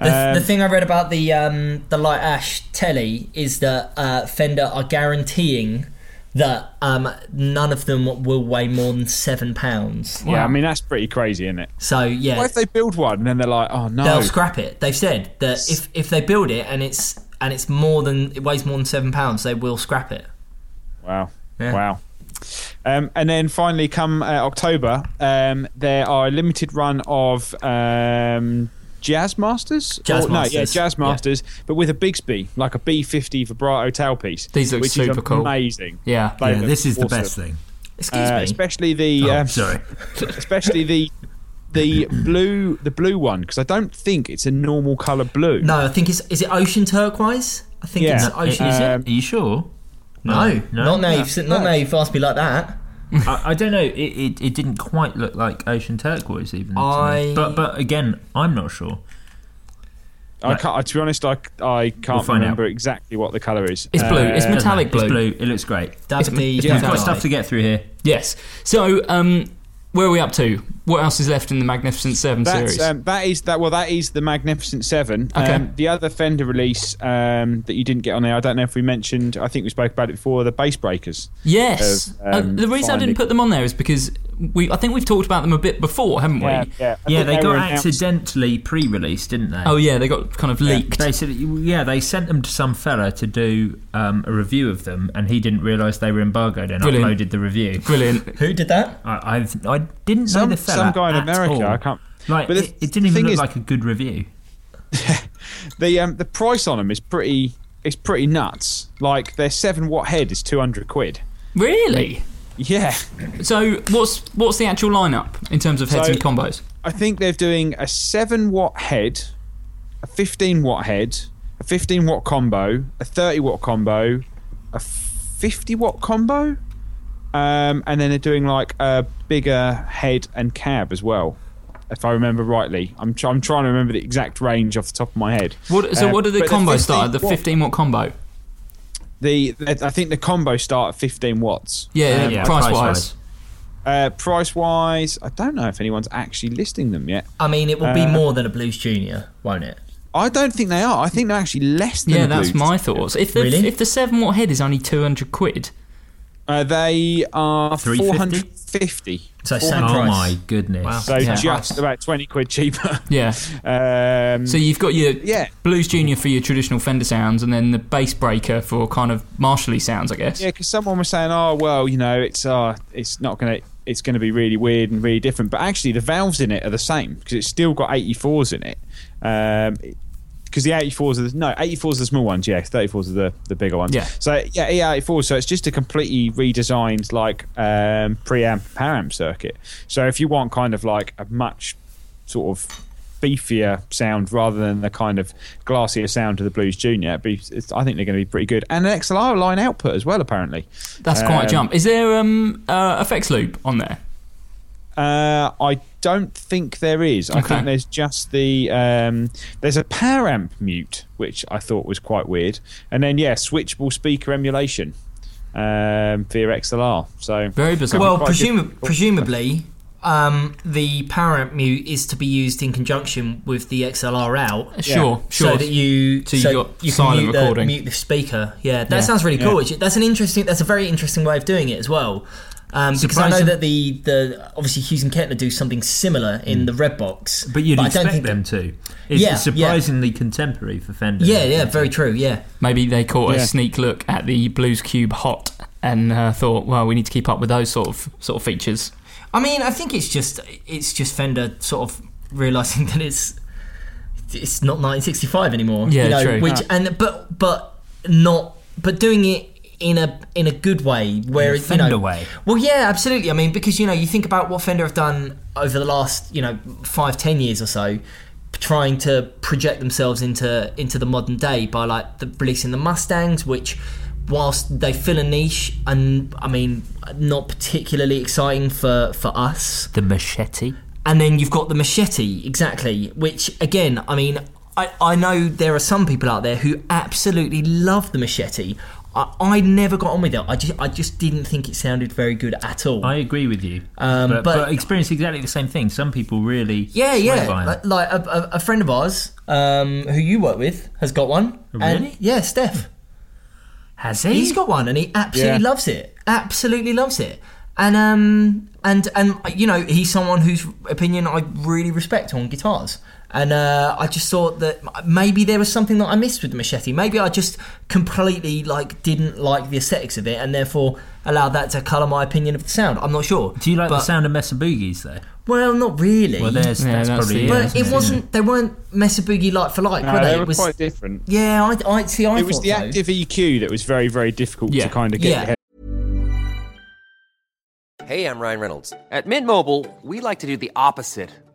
D: The,
B: Um,
D: the thing I read about the um, the light ash telly is that uh, Fender are guaranteeing that um, none of them will weigh more than seven pounds.
B: yeah, I mean that's pretty crazy, isn't it?
D: So yeah,
B: What if they build one and then they're like, oh no,
D: they'll scrap it. They've said that if, if they build it and it's and it's more than it weighs more than seven pounds, they will scrap it.
B: Wow.
D: Yeah.
B: Wow. Um, and then finally, come uh, October, um, there are a limited run of um, Jazz Masters.
D: Jazz
B: No, yeah,
D: Masters.
B: Jazz
D: Yeah.
B: Masters, but with a Bigsby, like a B50 vibrato tailpiece.
A: These look
B: which
A: super
B: is
A: cool.
B: amazing.
A: Yeah.
B: They
C: yeah,
B: look
C: this is the
B: awesome.
C: best thing.
D: Excuse
B: Uh,
D: me.
B: especially the
C: Oh,
B: um,
C: sorry.
B: especially the the blue the blue one because I don't think it's a normal color blue.
D: no, I think it's is it ocean turquoise? I think
B: Yeah.
D: it's Oh,
B: No,
D: ocean.
C: Is it?
B: Um,
C: Are you sure?
D: no,
C: no,
D: not now. You've, not now. You've asked me like that.
C: I, I don't know. It, it it didn't quite look like ocean turquoise even. to me.
D: I-
C: But but again, I'm not sure.
B: I can't. I- To be honest, I, I can't
C: find out.
B: remember exactly what the color is.
A: It's blue. It's
B: Um,
C: Doesn't
A: metallic
C: matter.
A: blue.
C: It's blue. It looks great.
D: That's the
C: We've
D: guy.
C: got stuff to get through here.
A: Yes. So, um, where are we up to? what else is left in the Magnificent Seven
B: That's,
A: series?
B: um, that is that. Well, that is the Magnificent Seven.
A: Okay.
B: Um, the other Fender release um, that you didn't get on there, I don't know if we mentioned. I think we spoke about it before. The Bass Breakers.
A: yes.
B: of, um,
A: uh, the reason I
B: finding-
A: didn't put them on there is because we I think we've talked about them a bit before, haven't we?
B: yeah. I
C: Yeah,
B: think
C: they,
B: were
C: got
B: announced-
C: accidentally pre-released, didn't they?
A: Oh yeah, they got kind of leaked.
C: They said, yeah, they sent them to some fella to do um, a review of them, and he didn't realise they were embargoed and
A: Brilliant.
C: uploaded the review.
A: Brilliant.
D: Who did that?
C: I, I've I didn't
B: Some-
C: know the
B: some
C: fella.
B: guy in
C: at
B: America,
C: all.
B: I can't-
C: Like,
B: but the-
C: it, it didn't
B: the
C: even
B: thing
C: look
B: is-
C: like a good review.
B: the um, the price on them is pretty. It's pretty nuts. Like their seven watt head is two hundred quid.
A: Really?
B: Yeah.
A: So what's what's the actual lineup in terms of heads
B: So-
A: and combos?
B: I think they're doing a 7 watt head, a 15 watt head, a 15 watt combo, a 30 watt combo, a 50 watt combo, um, and then they're doing like a bigger head and cab as well. If I remember rightly, I'm, tr- I'm trying to remember the exact range off the top of my head.
A: What, so
B: Um,
A: what do the
B: but
A: combos start at? The
B: 15 watt-
A: 15 watt
B: Uh,
A: combo.
B: The, the- I think the combo start at 15 watts.
A: Yeah,
C: yeah,
A: price,
C: price-wise.
A: wise.
B: Uh, price wise, I don't know if anyone's actually listing them yet.
D: I mean, it will
C: Uh,
D: be more than a Blues Junior, won't it?
B: I don't think they are. I think they're actually less than.
A: Yeah,
B: a
A: that's
B: Bluetooth.
A: my thoughts. If the
D: Really?
A: if the seven watt head is only 200 quid,
B: Uh, they are
C: 350?
B: 450.
D: So same
C: Oh
D: price.
C: my goodness!
B: So
A: Yeah.
B: just about 20 quid cheaper.
A: yeah.
B: Um,
A: So you've got your
B: Yeah.
A: Blues Junior for your traditional Fender sounds, and then the bass breaker for kind of martially sounds, I guess.
B: yeah, because someone was saying, oh, well, you know, it's uh, it's not going to. It's going to be really weird and really different, but actually the valves in it are the same because it's still got 84s in it. Because the 84s are the, no 84s are the small ones, yeah. 34s are the, the bigger ones.
A: Yeah.
B: So yeah, E84. So it's just a completely redesigned like um, preamp power amp circuit. So if you want kind of like a much sort of beefier sound rather than the kind of glassier sound of the Blues Junior, it'd be, it's, I think they're going to be pretty good. And an XLR line output as well, apparently.
A: That's quite a
B: Um,
A: jump. Is there um uh, effects loop on there?
B: Uh, I don't think there is. I
A: Okay.
B: think there's just the um, there's a power amp mute, which I thought was quite weird, and then yeah, switchable speaker emulation um, for your XLR. So
A: Very bizarre.
B: Well,
D: Well,
B: quite
D: presum-
B: difficult.
D: presumably, um, the power amp mute is to be used in conjunction with the XLR out.
A: Sure, sure.
D: So that you,
A: So you got
D: you
A: silent
D: can mute the-
A: recording.
D: mute the speaker. Yeah, that
A: Yeah.
D: sounds really cool. actually. That's an interesting. That's a very interesting way of doing it as well. Um, because I know
A: Surprising-
D: that the, the obviously Hughes and Kettner do something similar in the Red Box,
C: but you'd
D: I don't
C: expect
D: think-
C: them to. It's
D: Yeah, yeah.
C: surprisingly contemporary for Fender.
D: Yeah, yeah, very true. Yeah,
A: Maybe they caught
B: Yeah.
A: a sneak look at the Blues Cube Hot and uh, thought, well, we need to keep up with those sort of sort of features.
D: I mean, I think it's just it's just Fender sort of realizing that it's it's not 1965 anymore.
A: Yeah,
D: you know,
A: true.
D: Which and but but not but doing it in a in a good way where
C: a
D: it- you know-
C: Fender way.
D: Well, yeah, absolutely. I mean, because you know, you think about what Fender have done over the last you know five ten years or so. Trying to project themselves into into the modern day by like the, releasing the Mustangs, which whilst they fill a niche and I mean not particularly exciting for for us,
C: the machete.
D: and then you've got the machete, exactly. Which, again, I mean, I, I know there are some people out there who absolutely love the machete. I, I never got on with it. I just, I just didn't think it sounded very good at all.
C: I agree with you,
D: Um,
C: but,
D: but-
C: but experience exactly the same thing. Some people really
D: yeah,
C: swear
D: yeah.
C: by
D: Like,
C: it.
D: like a, a, a friend of ours um, who you work with has got one. And,
C: Really?
D: yeah, Steph.
C: Has he?
D: He's got one, and he absolutely
B: Yeah.
D: loves it. Absolutely loves it. And um and and you know he's someone whose opinion I really respect on guitars. And uh, I just thought that maybe there was something that I missed with the machete. Maybe I just completely like didn't like the aesthetics of it, and therefore allowed that to colour my opinion of the sound. I'm not sure.
C: Do you like the
D: But-
C: sound of Mesa Boogies though?
D: Well, not really.
C: Well, there's
A: Yeah,
C: that's,
A: that's
C: probably
A: the- yeah,
D: but
C: isn't
D: it wasn't. They weren't Mesa Boogie like for like,
B: No,
D: were they?
B: uh, they were
D: it was,
B: quite different.
D: yeah, I, I see. I
B: It was
D: thought
B: the
D: so.
B: active EQ that was very very difficult
A: Yeah.
B: to kind of get
D: Yeah.
B: your head
E: Hey, I'm Ryan Reynolds. At Mint Mobile, we like to do the opposite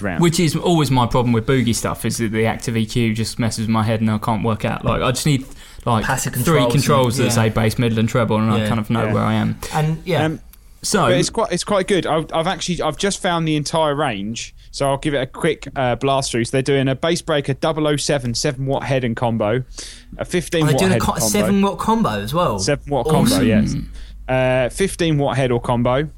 B: round.
A: Which is always my problem with boogie stuff is that the active EQ just messes with my head and I can't work out. Like I just need like
D: Passive
A: three
D: controls
A: controls
D: and-
A: that say
D: yeah.
A: bass, middle, and treble, and I
D: Yeah.
A: kind of know
B: Yeah.
A: where I am.
D: And yeah,
B: Um,
D: Oh,
A: So
B: but it's quite it's quite good. I've, I've actually I've just found the entire range, so I'll give it a quick uh, blast through. So they're doing a bass breaker 007 7 watt head and combo, a 15
D: are they
B: watt
D: doing
B: head
D: a co-
B: and combo,
D: seven watt combo as well?
B: Seven watt combo,
D: Awesome.
B: yes, uh, 15 watt head or combo.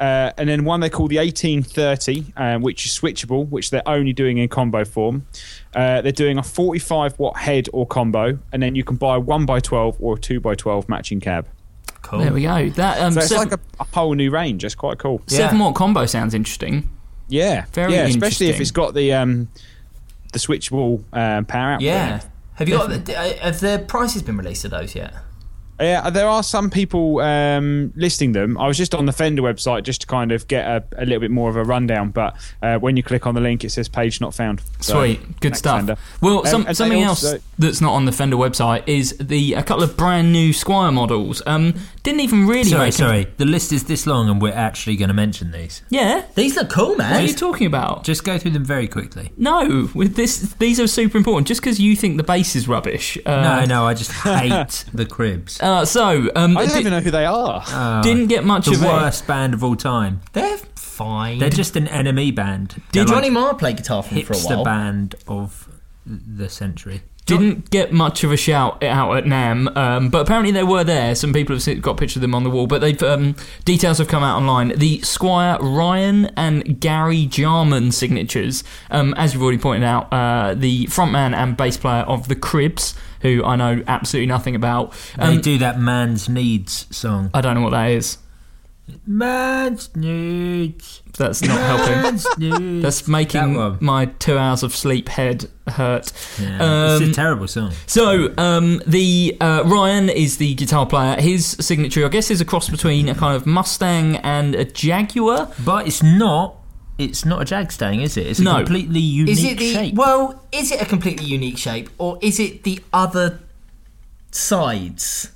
B: Uh, and then one they call the 1830, um, which is switchable, which they're only doing in combo form. Uh, they're doing a 45 watt head or combo, and then you can buy a 1x12 or a 2x12 matching cab.
D: Cool.
A: there we go. That um,
B: So it's
A: seven,
B: like a, a whole new range. It's quite cool.
A: seven
D: Yeah.
A: watt combo sounds interesting.
B: Yeah,
A: Very
B: yeah, especially if
A: interesting.
B: it's got the um, the switchable um, power output.
D: Yeah. Have you got? uh, Have the prices been released of those yet?
B: yeah. uh, There are some people um, listing them. I was just on the Fender website just to kind of get a, a little bit more of a rundown, but uh, when you click on the link, it says page not found. So,
A: Sweet, good
B: thanks,
A: stuff.
B: Fender.
A: Well,
B: Um,
A: some,
B: and they
A: something
B: also-
A: else that's not on the Fender website is the a couple of brand new Squire models. Um, didn't even really
C: Sorry,
A: make. a-
C: sorry. The list is this long, and we're actually going to mention these.
A: yeah.
D: These look cool,
A: What are you
D: man.
A: talking about?
C: Just go through them very quickly.
A: No, with this, these are super important. Just because you think the bass is rubbish. Uh,
C: no, no, I just hate the Cribs.
A: Uh, so, um,
B: I don't
A: di-
B: even know who they are.
A: didn't get much
C: the
A: of it.
C: worst band of all time.
D: They're fine.
C: They're just an enemy band. They're
D: Did Johnny
C: like
D: Marr play guitar for them for a
C: hipster
D: while?
C: band of the century?
A: Didn't get much of a shout out at Nam, um, but apparently they were there. Some people have seen, got pictures of them on the wall, but they've um, details have come out online. The Squire Ryan and Gary Jarman signatures, um, as you've already pointed out, uh, the frontman and bass player of the Cribs, who I know absolutely nothing about.
C: They
A: Um,
C: do that man's needs song.
A: I don't know what that is.
C: Man's needs.
A: That's not helping.
C: Man's needs.
A: That's
C: That
A: making
C: one.
A: my two hours of sleep head hurt.
C: Yeah,
A: Um,
C: it's a terrible song.
A: So um, the uh, Ryan is the guitar player. His signature, I guess, is a cross between a kind of Mustang and a Jaguar.
C: But it's not. It's not a Jagstang, is it? It's a
A: No.
C: completely unique
D: Is it the
C: shape.
D: well? Is it a completely unique shape, or is it the other sides?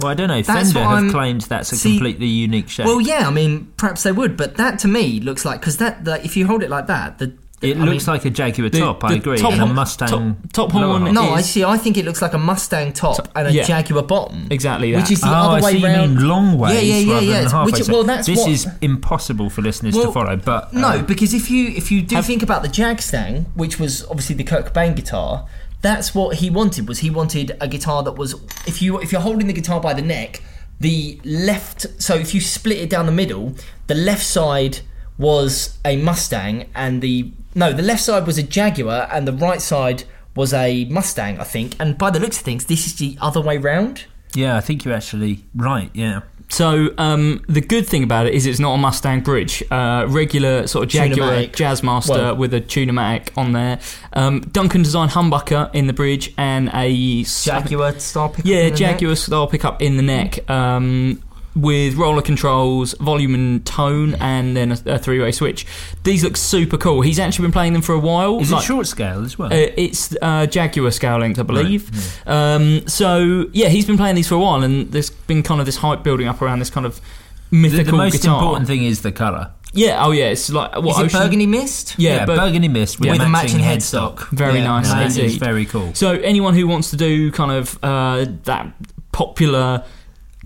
C: Well, I don't know.
D: That's
C: Fender
D: what
C: have
D: I'm-
C: claimed that's a
D: See-
C: completely unique shape.
D: Well, yeah. I mean, perhaps they would, but that to me looks like because that like, if you hold it like that, the
C: it
D: I
C: looks
D: mean-
C: like a Jaguar
A: the-
C: top. I
A: the
C: agree.
A: top
C: and a
A: horn-
C: Mustang
A: top- top horn
C: lower
A: and-
C: half.
D: No, I
A: is-
D: see. I think it looks like a Mustang top and a
A: yeah.
D: Jaguar bottom.
A: Exactly that.
D: Which is the
C: oh,
D: other
C: I
D: way
C: see.
D: round.
C: You mean long ways
D: Yeah, yeah, yeah,
C: rather
D: yeah.
C: than
D: it's-
C: halfway.
D: Which is,
C: So
D: well, that's
C: this
D: what,
C: is impossible for listeners to
D: Well,
C: follow. But uh,
D: No, because if you if you do
A: Have-
D: think about the Jagstang, which was obviously the Kurt Cobain guitar, that's what he wanted. Was he wanted a guitar that was if you if you're holding the guitar by the neck, the left. So if you split it down the middle, the left side was a Mustang, and the no, the left side was a Jaguar, and the right side was a Mustang, I think. And by the looks of things, this is the other way round.
C: yeah, I think you're actually right. Yeah,
A: So um, the good thing about it is it's not a Mustang bridge. Uh, regular sort of Jaguar
D: Tunematic.
A: Jazzmaster
D: Well-
A: with a tunematic on there. Um, Duncan designed humbucker in the bridge and a s- I think-
D: Jaguar style pickup.
A: Yeah,
D: in the neck.
A: Jaguar style pickup in the neck um, with roller controls, volume and tone, and then a, a three way switch. These look super cool. He's actually been playing them for a while.
C: is
A: like-
C: it short scale as well?
A: uh, it's uh, Jaguar scale length, I believe. Um, so yeah, he's been playing these for a while, and there's been kind of this hype building up around this kind of
C: the,
A: mythical
C: the most
A: guitar.
C: important thing is the color.
A: Yeah. Oh yeah. It's like what
D: Is it
A: ocean?
D: burgundy mist?
A: Yeah,
C: Yeah,
A: bur-
C: burgundy mist with,
D: With a matching
C: headstock.
D: headstock.
A: Very
D: Yeah,
A: nice.
D: no,
C: That
A: indeed.
C: is very cool.
A: So anyone who wants to do kind of uh, that popular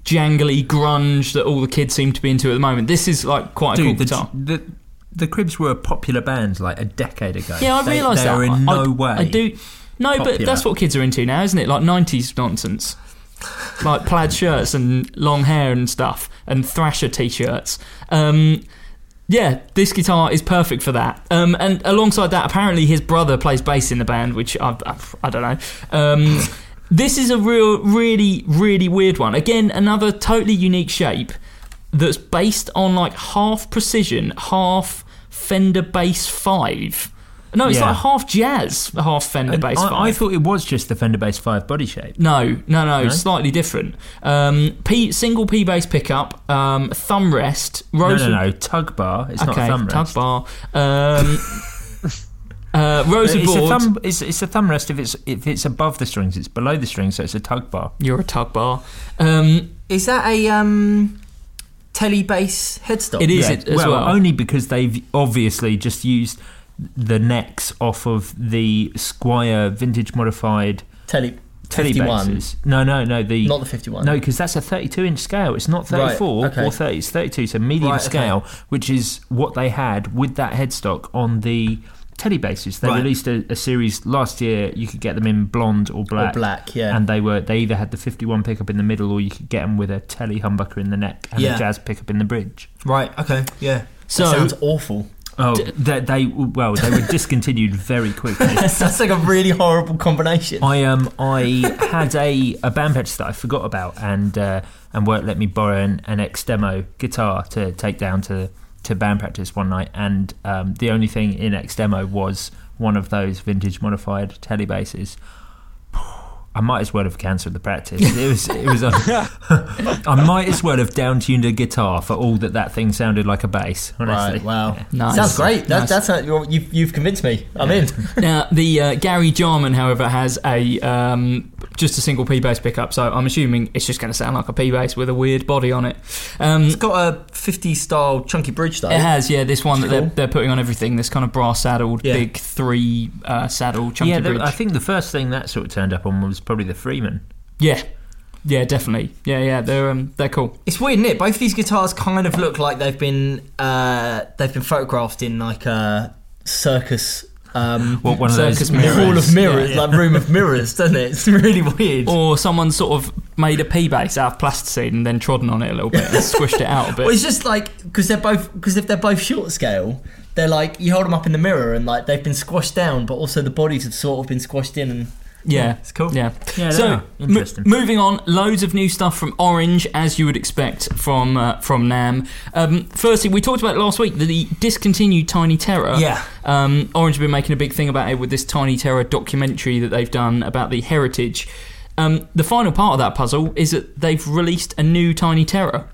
A: jangly grunge that all the kids seem to be into at the moment, this is like quite a cool
C: Dude,
A: guitar.
C: the, the the Cribs were a popular band like a decade ago.
A: yeah, I
C: They-
A: realise
C: they
A: that.
C: are
A: I-
C: in no
A: I,
C: way.
A: I do. No, but
C: popular.
A: that's what kids are into now, isn't it? Like '90s nonsense, like plaid shirts and long hair and stuff, and Thrasher t-shirts. Um, yeah, this guitar is perfect for that. Um, and alongside that, apparently his brother plays bass in the band, which I, I, I don't know. Um, this is a real, really, really weird one. Again, another totally unique shape that's based on like half precision, half Fender Bass 5. No, it's
C: Yeah.
A: like half jazz, half Fender
C: And
A: Bass 5.
C: I, I thought it was just the Fender Bass Five body shape.
A: No, no, no, slightly different. Um, P, single P bass pickup, um, thumb rest,
C: No,
A: rose
C: no, no. Tug bar. It's not a thumb
A: tug
C: rest.
A: bar. Um, uh,
C: It's
A: Rosa
C: a
A: board.
C: thumb. It's, it's a thumb rest if it's if it's above the strings. It's below the strings, so it's a tug bar.
A: You're a tug bar. Um,
D: Is that a um, telly bass headstock?
A: it is it as well.
C: only because they've obviously just used the necks off of the Squire vintage modified
D: Telly,
C: telly
D: 51.
C: bases. No, no, no. The
D: Not the 51.
C: No, because that's a 32 inch scale. It's not
D: Right,
C: 34
D: okay.
C: or 30. It's 32. So medium
D: Right, okay.
C: scale, which is what they had with that headstock on the telly bases. They
D: Right.
C: released a, a series last year. You could get them in blonde or black.
D: black, yeah.
C: And they were they either had the 51 pickup in the middle, or you could get them with a telly humbucker in the neck and
D: Yeah.
C: a jazz pickup in the bridge.
D: Right, okay, yeah.
A: So-
D: that sounds awful.
C: Oh, they, they well, they were discontinued very quickly.
D: That's like a really horrible combination.
C: I um I had a, a band purchase that I forgot about and uh, and work let me borrow an, an X demo guitar to take down to to band practice one night and um, the only thing in X demo was one of those vintage modified telly basses. I might as well have cancelled the practice. It was it was. un- I might as well have down tuned a guitar for all that that thing sounded like a bass. Honestly,
D: Right, wow.
A: Nice.
D: Sounds great. That,
A: Nice.
D: That's how, you've, you've convinced me. I'm in.
A: Now, the uh, Gary Jarman, however, has a um, just a single P bass pickup, so I'm assuming it's just going to sound like a P bass with a weird body on it. Um,
D: It's got a 50 style chunky bridge though.
A: it has, yeah, this one that they're,
D: Cool.
A: they're putting on everything, this kind of brass saddled,
D: Yeah.
A: big three uh, saddle chunky
C: yeah.
A: bridge.
C: The, I think the first thing that sort of turned up on was probably the Freeman.
A: yeah, yeah, definitely. Yeah, yeah, they're um, they're cool.
D: It's weird, is Both these guitars kind of look like they've been uh, they've been photographed in like a circus. Um,
C: What one of
A: Circus
C: those
A: mirrors.
D: Hall of mirrors,
A: Yeah, yeah.
D: like room of mirrors, doesn't it? It's really weird.
A: Or someone sort of made a P bass out of plasticine and then trodden on it a little bit and squished it out a bit.
D: Well, it's just like because they're both because if they're both short scale, they're like you hold them up in the mirror and like they've been squashed down, but also the bodies have sort of been squashed in. And
A: Yeah,
D: It's cool.
A: Yeah,
C: Yeah, they
A: so
C: are. Interesting.
A: mo- moving on, loads of new stuff from Orange, as you would expect from uh, from Nam. Um, firstly, we talked about it last week the, the discontinued Tiny Terror.
D: Yeah.
A: um, Orange have been making a big thing about it with this Tiny Terror documentary that they've done about the heritage. Um, the final part of that puzzle is that they've released a new Tiny Terror.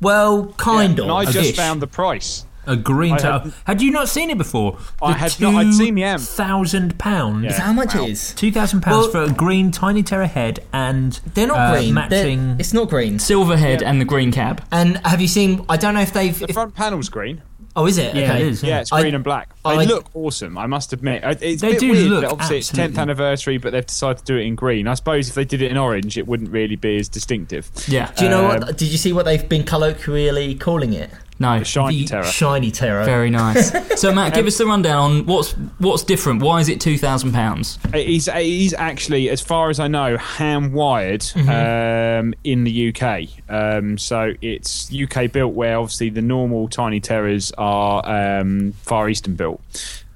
D: well, kind
B: And I
D: of.
B: just
A: Ish.
B: found the price.
C: A green
B: I
C: towel.
B: had-
C: Had, you not seen it before?
B: I had not- I'd seen the amp.
C: thousand pounds.
B: Yeah.
D: Is that how much it is?
C: Two thousand
D: Well-
C: pounds for a green tiny terror head, and
D: They're not
C: uh,
D: green. They're-
C: Matching.
D: it's not green.
A: Silverhead and the Green Cab.
D: And have you seen? I don't know if they've.
B: The
D: If,
B: front panel's green.
D: oh, is it?
C: Yeah,
D: okay.
C: it is.
B: Yeah, it's
D: I-
B: green and black. They
D: I-
B: look awesome. I must admit, Uh, it's
C: They
B: a bit
C: do
B: weird
C: look
B: that obviously it's
C: absolutely-
B: 10th anniversary, but they've decided to do it in green. I suppose if they did it in orange, it wouldn't really be as distinctive.
A: Yeah, Uh,
D: Do you know
B: Um,
D: what? Did you see what they've been colloquially calling it?
A: no,
B: The shiny
D: The
B: terror.
D: Shiny terror.
A: very nice. so Matt, give us the rundown on what's what's different. Why is it two thousand pounds?
B: He's he's actually, as far as I know, ham wired um, in the UK. Um, so it's UK built, where obviously the normal tiny terrors are um, Far Eastern built.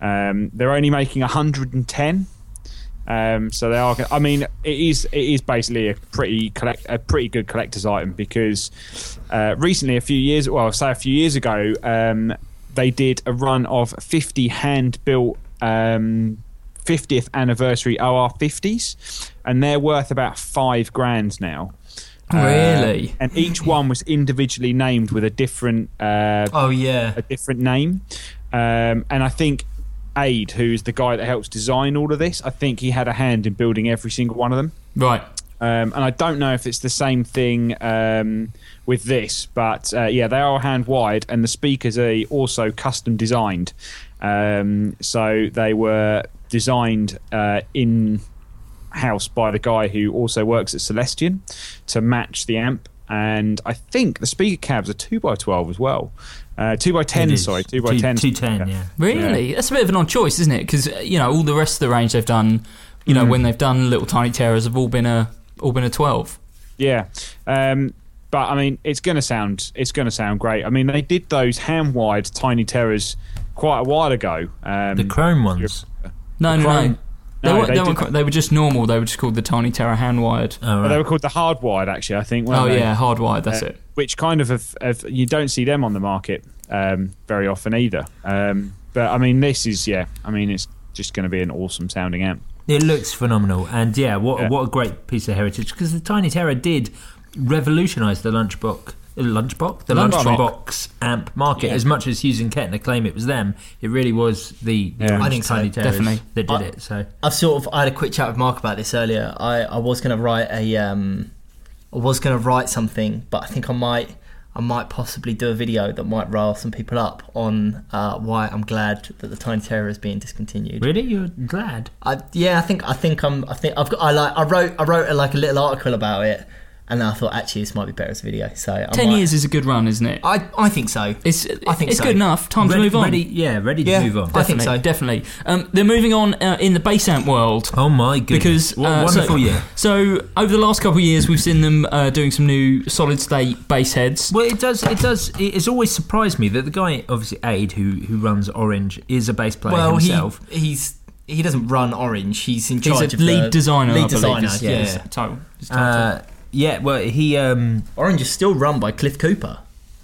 B: Um, they're only making 110. Um, so they are. I mean, it is it is basically a pretty collect a pretty good collector's item because uh, recently, a few years well, say a few years ago, um, they did a run of 50 hand built um, 50th anniversary OR 50s, and they're worth about five grand now.
A: Really?
B: Uh, and each one was individually named with a different uh,
D: Oh yeah.
B: a different name. Um, and I think Aid, who's the guy that helps design all of this, I think he had a hand in building every single one of them.
A: Right.
B: Um, and I don't know if it's the same thing um, with this, but uh, yeah, they are hand wired, and the speakers are also custom designed. Um, so they were designed uh, in house by the guy who also works at Celestion to match the amp. And I think the speaker cabs are two by twelve as well, uh, two by
C: It
B: ten.
C: is.
B: Sorry, two by
C: Two-
B: ten.
C: Two ten.
B: speaker.
C: Yeah.
A: Really? That's a bit of an odd choice, isn't it? Because you know all the rest of the range they've done, you know when they've done little tiny terrors have all been a all been a twelve.
B: Yeah. Um, but I mean, it's going to sound it's going to sound great. I mean, they did those hand wide tiny terrors quite a while ago. Um,
C: The chrome ones.
A: No, no, no.
B: Chrome-
A: They,
B: No,
A: were,
B: they
A: they, were,
B: didn't.
A: cr- they were just normal. They were just called the tiny terror hand wired.
C: All
B: well, they
C: right.
B: were called the hard wired, actually. I think. weren't
A: oh
B: they?
A: yeah, hardwired. That's
B: Uh,
A: it.
B: Which kind of have, have, you don't see them on the market um, very often either. Um, but I mean, this is yeah. I mean, it's just going to be an awesome sounding amp.
C: It looks phenomenal, and yeah, what
B: Yeah.
C: what a great piece of heritage because the Tiny Terror did revolutionise the lunchbox, the lunchbox, the
A: Lunchbox.
C: lunchbox amp market. As much as Hughes and Kettner claim it was them, it really was the, the
B: Yeah.
C: orange
D: I think so,
C: Tiny Terrors
A: definitely.
C: that did
D: I-
C: it. So
D: I've sort of I had a quick chat with Mark about this earlier. I, I was gonna write a um I was gonna write something, but I think I might I might possibly do a video that might rile some people up on uh, why I'm glad that the Tiny Terror is being discontinued.
C: Really, you're glad?
D: I, yeah, I think I think I'm I think I've got I like I wrote I wrote a, like a little article about it, and then I thought actually this might be better as a video. So I
A: Ten
D: might-
A: years is a good run, isn't it?
D: I I think so.
A: It's
D: I think
A: it's
D: so.
A: good enough. Time to
C: Ready-
A: move on.
C: Ready, yeah, ready to
D: Yeah.
C: move on.
D: I think
A: Definitely,
D: so.
A: Definitely. Um, they're moving on uh, in the base amp world.
C: Oh my goodness!
A: Because
C: what a
A: uh, so-
C: wonderful year.
A: So over the last couple of years, we've seen them uh, doing some new solid state bass heads.
C: Well, it does. It does. It has always surprised me that the guy, obviously Aid, who who runs Orange, is a bass player
D: well,
C: himself.
D: he he's he doesn't run Orange. He's in charge
A: He's a
D: of
A: lead
D: the
A: designer. I believe,
D: Lead designer.
A: is-
D: Yeah.
A: is title- is title.
C: uh, yeah. Well, he. um
D: Orange is still run by Cliff Cooper.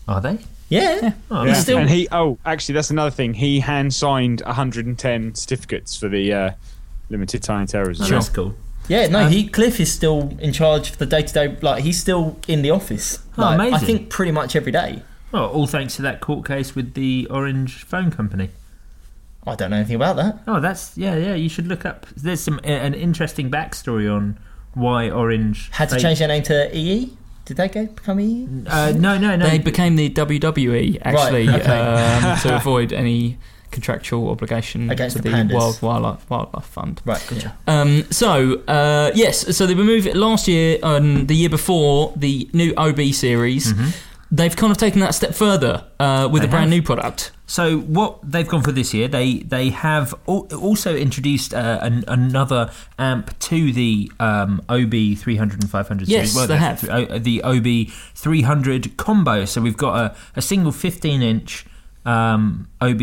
C: Are they?
D: Yeah. Oh,
B: Yeah.
D: he's still.
B: and he oh actually that's another thing he hand signed 110 certificates for the uh, limited time terrorism.
C: Oh, That's cool.
D: Yeah, no, he Cliff is still in charge of the day to day. Like he's still in the office.
C: Oh,
D: like, I
C: amazing.
D: think pretty much every day.
C: Well, all thanks to that court case with the Orange phone company.
D: I don't know anything about that.
C: Oh, that's yeah, yeah. You should look up. There's some uh, an interesting backstory on why Orange
D: Had to
C: they-
D: change their name to EE. Did they go become E EE?
C: Uh, no, no, no.
A: they became the WWE actually
D: Right, okay.
A: um, to avoid any contractual obligation
D: Against
A: to
D: the
A: the,
D: pandas.
A: Wild, Wildlife Wildlife Fund.
D: Right, gotcha.
A: Um, so uh, yes, so they've been moving last year and the year before the new OB series.
D: Mm-hmm.
A: They've kind of taken that step further uh, with
C: They
A: a brand
C: have.
A: new product.
C: So what they've gone for this year, they they have al- also introduced uh, an, another amp to the um, OB 300 and 500
A: Yes,
C: series. Well,
A: they
C: the-
A: have.
C: o- the OB 300 combo. So we've got a, a single 15 inch um, OB.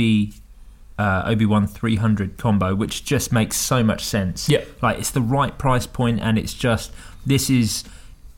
C: Uh, Obi-Wan 300 combo, which just makes so much sense.
A: Yep.
C: Like, it's the right price point, and it's just, this is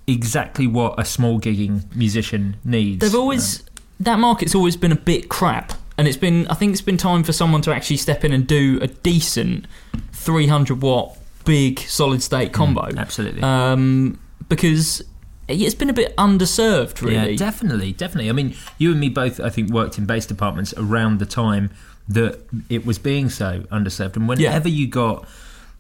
C: exactly what a small gigging musician needs.
A: They've always that market's always been a bit crap, and it's been I think it's been time for someone to actually step in and do a decent 300 watt big solid state combo.
C: Mm, Absolutely.
A: um, because it's been a bit underserved, really.
C: Yeah, definitely, definitely. I mean, you and me both, I think, worked in base departments around the time that it was being so underserved. And whenever you got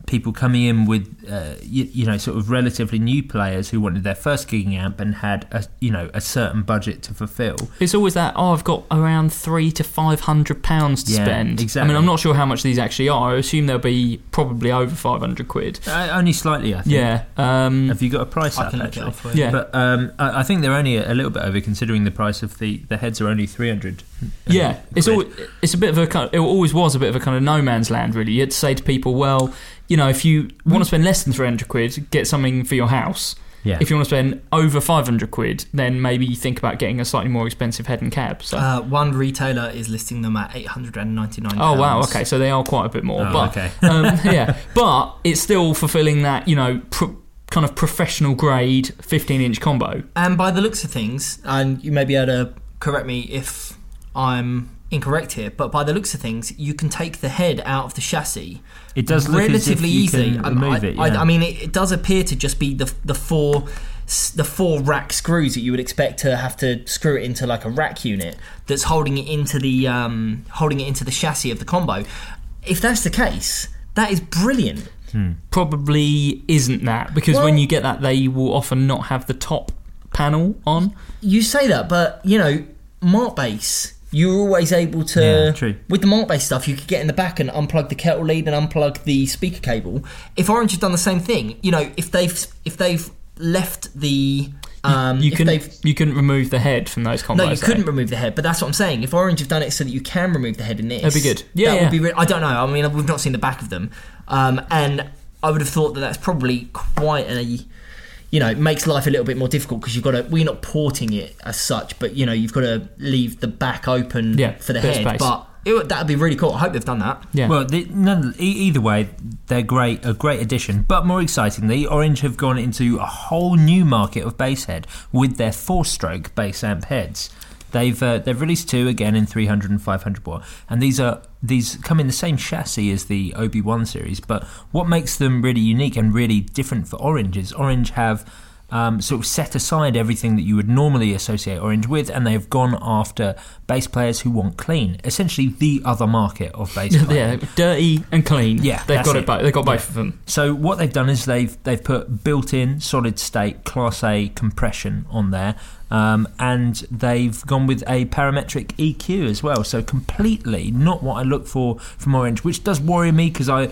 C: people coming in with, uh, you, you know, sort of relatively new players who wanted their first gigging amp and had a, you know, a certain budget to fulfil.
A: it's always that. Oh, I've got around three to five hundred pounds to
C: Yeah,
A: spend. I
C: exactly.
A: mean, I'm not sure how much these actually are. I assume they'll be probably over five hundred quid.
C: Uh, only slightly, I think.
A: Yeah. Um,
C: Have you got a price
D: I
C: up?
D: can look it
C: actually?
D: up for
A: you. Yeah.
C: But um, I, I think they're only a, a little bit over considering the price of the the heads are only three hundred.
A: yeah, it's all. It's a bit of a kind. Of, it always was a bit of a kind of no man's land, really. You had to say to people, well, you know, if you want to spend less than three hundred quid, get something for your house.
C: Yeah.
A: If you want to spend over five hundred quid, then maybe think about getting a slightly more expensive head and cab. So.
C: Ah,
D: Uh, one retailer is listing them at eight hundred and ninety nine.
A: Oh wow, okay, so they are quite a bit more.
C: Oh,
A: but
C: okay.
A: um, yeah, but it's still fulfilling that you know pro- kind of professional grade 15 inch combo.
D: And by the looks of things, and you may be able to correct me if I'm incorrect here, but by the looks of things, you can take the head out of the chassis.
C: It does look as if
D: relatively
C: you can
D: easy. Um,
C: remove
D: I,
C: it,
D: I-
C: yeah.
D: I mean, it, it does appear to just be the the four s- the four rack screws that you would expect to have to screw it into like a rack unit that's holding it into the um, holding it into the chassis of the combo. If that's the case, that is brilliant.
A: Probably isn't that because
D: Well-
A: when you get that, they will often not have the top panel on.
D: You say that, but you know, Mart Base, you were always able to.
C: Yeah, true.
D: With the Mart Base stuff, you could get in the back and unplug the kettle lead and unplug the speaker cable. If Orange had done the same thing, you know, if they've if they've left the um,
A: You
D: if
A: can
D: they've
A: you couldn't remove the head from those combos.
D: no, you
A: though.
D: couldn't remove the head, but that's what I'm saying. If Orange have done it so that you can remove the head in this,
A: That'd be good. Yeah,
D: that
A: yeah.
D: would be. Re- I don't know. I mean, we've not seen the back of them, um, and I would have thought that that's probably quite a, you know, it makes life a little bit more difficult because you've got to. We're not porting it as such, but you know, you've got to leave the back open
A: Yeah,
D: for the
A: bit of
D: head.
A: space.
D: But it, would- that'd be really cool. I hope they've done that.
A: Yeah.
C: Well, the, none, e- either way, they're great, a great addition. But more excitingly, Orange have gone into a whole new market of bass head with their four-stroke bass amp heads. They've uh, they've released two again in 300 and 500 watt, and these are these come in the same chassis as the Obi One series. But what makes them really unique and really different for Orange is Orange have um, sort of set aside everything that you would normally associate Orange with, and they have gone after bass players who want clean. Essentially, the other market of bass
A: yeah,
C: playing.
A: dirty and clean.
C: Yeah,
A: they've
C: that's
A: got it.
C: it.
A: both. They've got both of them.
C: So what they've done is they've they've put built-in solid state Class A compression on there, um, and they've gone with a parametric EQ as well. So completely not what I look for from Orange, which does worry me because I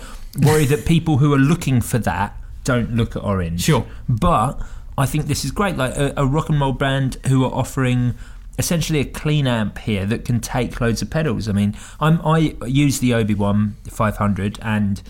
C: worry that people who are looking for that don't look at Orange.
A: Sure.
C: but I think this is great. Like a, a rock and roll band who are offering. Essentially, a clean amp here that can take loads of pedals. I mean, I'm, I use the Obi Wan 500, and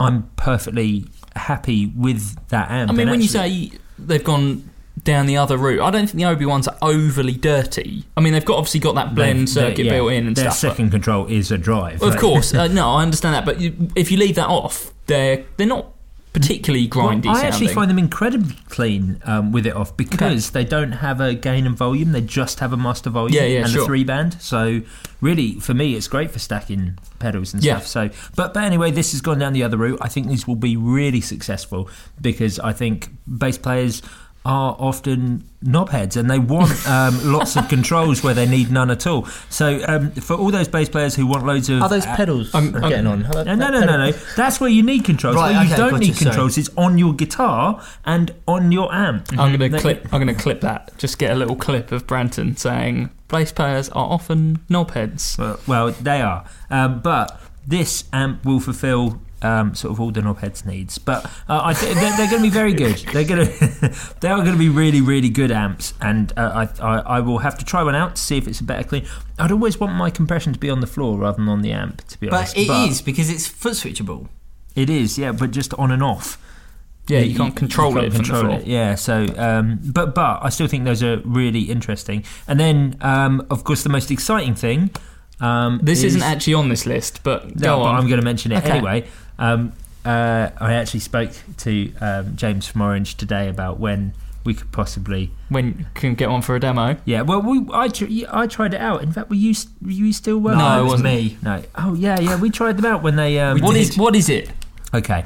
C: I'm perfectly happy with that amp.
A: I mean,
C: And
A: when
C: actually-
A: you say they've gone down the other route, I don't think the Obi Wan's are overly dirty. I mean, they've got obviously got that blend
C: They- they-
A: circuit
C: yeah,
A: built in and
C: their
A: stuff. but-
C: second control is a drive.
A: Well, of
C: like-
A: course, uh, no, I understand that. But you, if you leave that off, they're they're not particularly
C: Well,
A: grindy.
C: I actually
A: sounding.
C: find them incredibly clean um, with it off because they don't have a gain and volume; they just have a master volume
A: Yeah, yeah,
C: and
A: sure.
C: a three band. So, really, for me, it's great for stacking pedals and
A: Yeah.
C: stuff. So, but but anyway, this has gone down the other route. I think these will be really successful because I think bass players are often knobheads and they want um, lots of controls where they need none at all. So, um, for all those bass players who want loads of
D: Are those pedals
A: I'm- I'm-
D: getting on? Hello,
C: no, no, no, no, no. That's where you need controls.
D: Right,
C: where you
D: okay,
C: don't
D: gotcha,
C: need
D: sorry.
C: controls is on your guitar and on your amp.
D: Mm-hmm.
A: I'm gonna
C: They-
A: clip. I'm gonna clip that. Just get a little clip of Branton saying, "Bass players are often knobheads."
C: Well, well, they are. Um, but this amp will fulfil um, sort of all the knobheads' needs. But uh, I th- they're, they're going to be very good. They're going to they are going to be really really good amps, and uh, I, I I will have to try one out to see if it's a better clean. I'd always want my compression to be on the floor rather than on the amp, to be
D: But
C: honest.
D: it is because it's foot switchable.
C: It is, yeah, but just on and off.
A: Yeah, you can't control
C: can't
A: it from the
C: control
A: floor.
C: it, Yeah, so um, but but I still think those are really interesting. And then um, of course the most exciting thing. Um,
A: This
C: is,
A: is... not actually on this list, but
C: no,
A: go
C: but
A: on.
C: I'm going to mention it
A: Okay.
C: anyway. Um, uh, I actually spoke to um, James from Orange today about when we could possibly.
A: When you can get one for a demo.
C: Yeah, well, we I, tr- I tried it out. In fact, were you s- were you still working?
A: No, I
C: on
A: wasn't.
D: me.
C: No. Oh yeah, yeah. We tried them out when they. Um,
A: What is what is it?
C: Okay.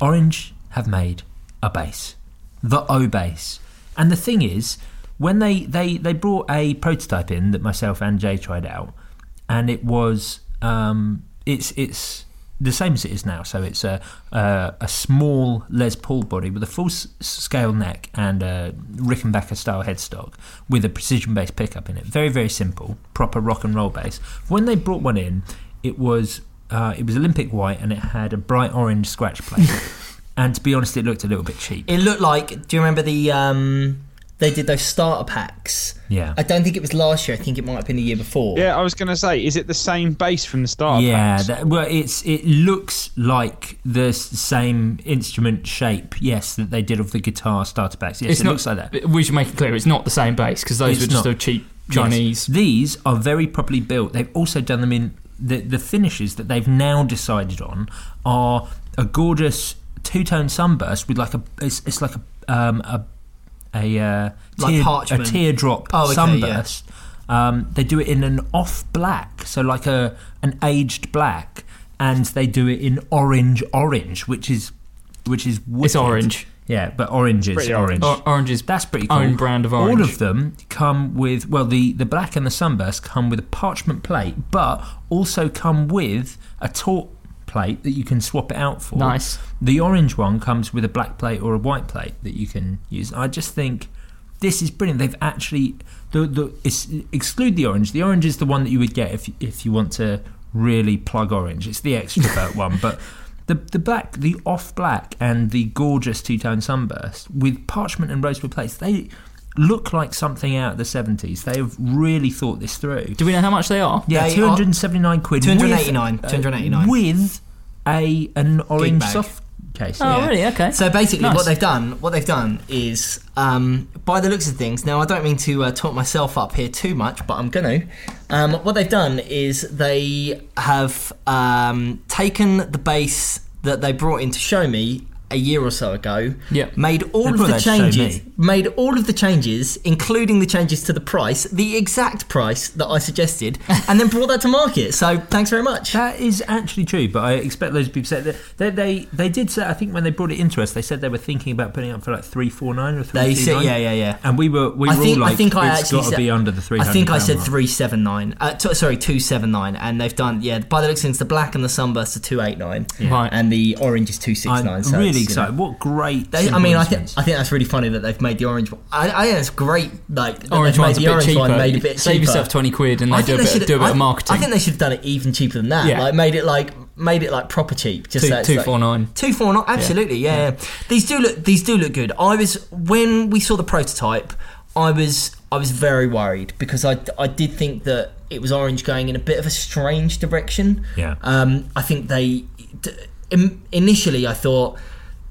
C: Orange have made a bass, the O bass. And the thing is, when they, they, they brought a prototype in that myself and Jay tried out, and it was um, it's it's the same as it is now. So it's a a, a small Les Paul body with a full s- scale neck and a Rickenbacker style headstock with a precision bass pickup in it. Very very simple, proper rock and roll bass. When they brought one in, it was uh, it was Olympic white and it had a bright orange scratch plate. and to be honest, it looked a little bit cheap.
D: It looked like. Do you remember the? Um, they did those starter packs.
C: Yeah.
D: I don't think it was last year. I think it might have been the year before.
B: Yeah, I was going to say, is it the same bass from the start?
C: yeah,
B: perhaps?
C: that, well, it's it looks like the s- same instrument shape, yes, that they did of the guitar starter packs. Yes, it
A: not,
C: looks like that.
A: We should make it clear it's not the same bass because those
C: It's
A: were just
C: not.
A: a cheap
C: Yes.
A: Chinese.
C: These are very properly built. They've also done them in the the finishes that they've now decided on are a gorgeous two tone sunburst with like a it's, it's like a um a a uh,
D: Like
C: tear- a
D: parchment.
C: teardrop
D: Oh, okay, yeah.
C: sunburst. Um, they do it in an off black, so like a an aged black, and they do it in orange orange, which is which is wicked.
A: orange.
C: Yeah, but orange is
B: Pretty
C: orange.
B: orange.
A: Or, orange is
C: That's pretty cool.
A: Own brand of
C: All
A: orange.
C: of them come with well, the the black and the sunburst come with a parchment plate, but also come with a taut plate that you can swap it out for.
A: Nice.
C: The orange one comes with a black plate or a white plate that you can use. I just think this is brilliant. They've actually the the it's, exclude the orange. The orange is the one that you would get if if you want to really plug orange. It's the extrovert one, but. The, the black, the off black, and the gorgeous two tone sunburst with parchment and rosewood plates, they look like something out of the 70s. They have really thought this through.
A: Do we know how much they are?
C: Yeah,
D: They
C: two hundred and seventy nine quid.
D: 289,
C: with,
D: 289.
C: with a an orange
D: bag.
C: soft case.
A: Oh,
D: Yeah.
A: really? Okay.
D: So basically,
A: Nice.
D: what they've done, what they've done is, um, by the looks of things. Now, I don't mean to uh, talk myself up here too much, but I'm gonna. Um, what they've done is they have um, taken the base that they brought in to show me a year or so ago.
A: Yeah.
D: Made all
C: They
D: of
C: brought
D: the
C: that to show me.
D: changes. made all of the changes, including the changes to the price, the exact price that I suggested, and then brought that to market. So thanks very much.
C: That is actually true, but I expect those people said that they, they they did say. I think when they brought it into us, they said they were thinking about putting it up for like three four nine or three.
D: They said, yeah, yeah, yeah.
C: And we were we
D: I
C: were
D: think
C: all like,
D: I think I
C: it's
D: actually
C: got to
D: said,
C: be under the three.
D: I think I said three seven nine. Uh, t- sorry, two seven nine, and they've done yeah. By the looks of things, the black and the sunburst are two eight nine,
A: Right.
D: and the orange is two six
C: I'm
D: nine. So it's,
C: really
D: you know,
C: excited. What great!
D: They, I mean, I think
C: endorsements.
D: I think that's really funny that they've made the orange. one. I, I think it's great. Like that
A: Orange
D: they've made
A: one's a
D: the
A: bit
D: orange
A: cheaper.
D: one made a bit
A: Save
D: cheaper.
A: yourself twenty quid and
D: I
A: like, do, a
D: think they
A: bit,
D: should-
A: do a bit
D: I-
A: of marketing.
D: I think they should have done it even cheaper than that.
A: Yeah.
D: Like made it like made it like proper cheap. Just
A: Two-
D: so it's
A: two
D: like-
A: four nine.
D: Two four nine. Absolutely. Yeah. yeah. These do look. These do look good. I was when we saw the prototype. I was I was very worried because I I did think that it was orange going in a bit of a strange direction.
C: Yeah.
D: Um. I think they d- in, initially I thought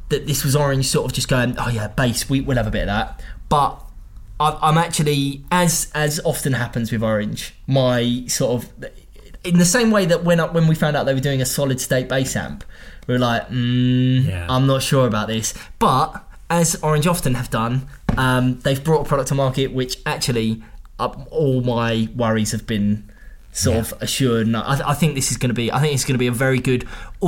D: that this was orange sort of just going oh yeah base we we'll have a bit of that but I- I'm actually as as often happens with Orange, my sort of in the same way that when I, when we found out they were doing a solid state bass amp, we were like, mm,
C: Yeah.
D: I'm not sure about this. But as Orange often have done, um, they've brought a product to market which actually uh, all my worries have been sort of assured. And I, I think this is going to be I think it's going to be a very good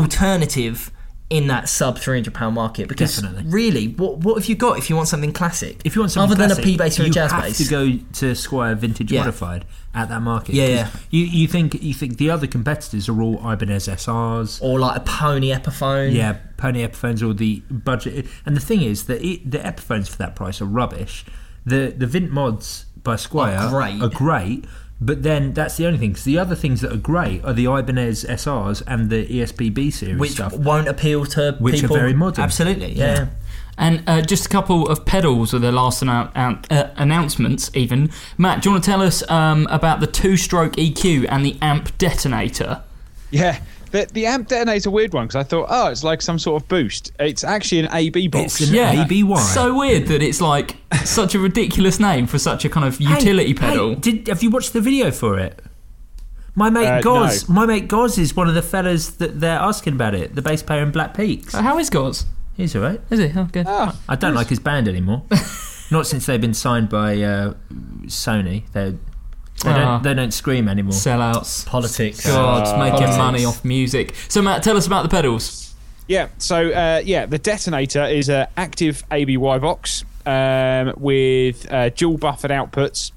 D: alternative in that sub three hundred pound market because
C: Definitely.
D: really, what what have you got if you want something classic?
C: If you want something
D: other
C: classic,
D: than a P bass or a
C: you
D: jazz
C: have
D: bass,
C: to go to Squire Vintage
D: Yeah.
C: Modified at that market.
D: Yeah,
C: 'cause
D: yeah.
C: You you think you think the other competitors are all Ibanez SRs.
D: or like a pony Epiphone.
C: Yeah, Pony Epiphones or the budget. And the thing is that it, the Epiphones for that price are rubbish. The the Vint mods by Squire
D: Are great.
C: Are great. But then that's the only thing. 'cause the other things that are great are the Ibanez SRs and the E ESPB series
D: which
C: stuff.
D: won't appeal to
C: Which are
D: people.
C: very modern.
D: Absolutely, yeah.
C: Yeah.
A: And uh, just a couple of pedals with their last annou- an- uh, announcements, even. Matt, do you want to tell us um, about the two stroke EQ and the amp detonator?
B: Yeah, the, the amp detonator's a weird one because I thought, oh, it's like some sort of boost. It's actually an AB box.
C: It's an Yeah. ABY.
A: So weird that it's like such a ridiculous name for such a kind of utility
C: Hey,
A: pedal.
C: hey, did, have you watched the video for it? My mate
B: Uh,
C: Goz, my mate Goz is one of the fellas that they're asking about it. The bass player in Black Peaks.
A: Uh, How is Gauze?
C: He's all right.
A: Is it? Oh, good.
B: Ah,
C: I don't like his band anymore. Not since they've been signed by uh, Sony. They they
A: Ah.
C: don't they don't scream anymore.
A: Sellouts.
D: Politics.
A: God, making
D: politics.
A: money off music. So, Matt, tell us about the pedals.
B: Yeah. So uh, yeah, the detonator is a active ABY box um, with uh, dual buffered outputs.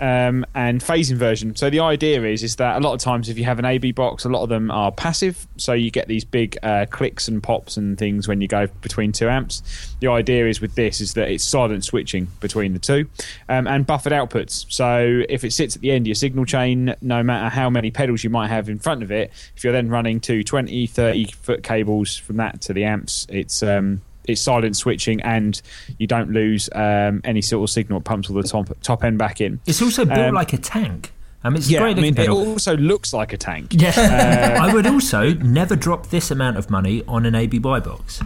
B: Um, and phase inversion. So the idea is is that a lot of times if you have an AB box, a lot of them are passive. So you get these big uh, clicks and pops and things when you go between two amps. The idea is with this is that it's silent switching between the two, um, and buffered outputs. So if it sits at the end of your signal chain, no matter how many pedals you might have in front of it, if you're then running two 20, 30 foot cables from that to the amps, it's um, it's silent switching and you don't lose um, any sort of signal. It pumps all the top top end back in.
C: It's also built
B: Um,
C: like a tank. Um, it's a
B: Yeah, I
C: great looking
B: mean, it Uh,
C: pedal.
B: also looks like a tank.
A: Yeah.
C: I would also never drop this amount of money on an ABY box.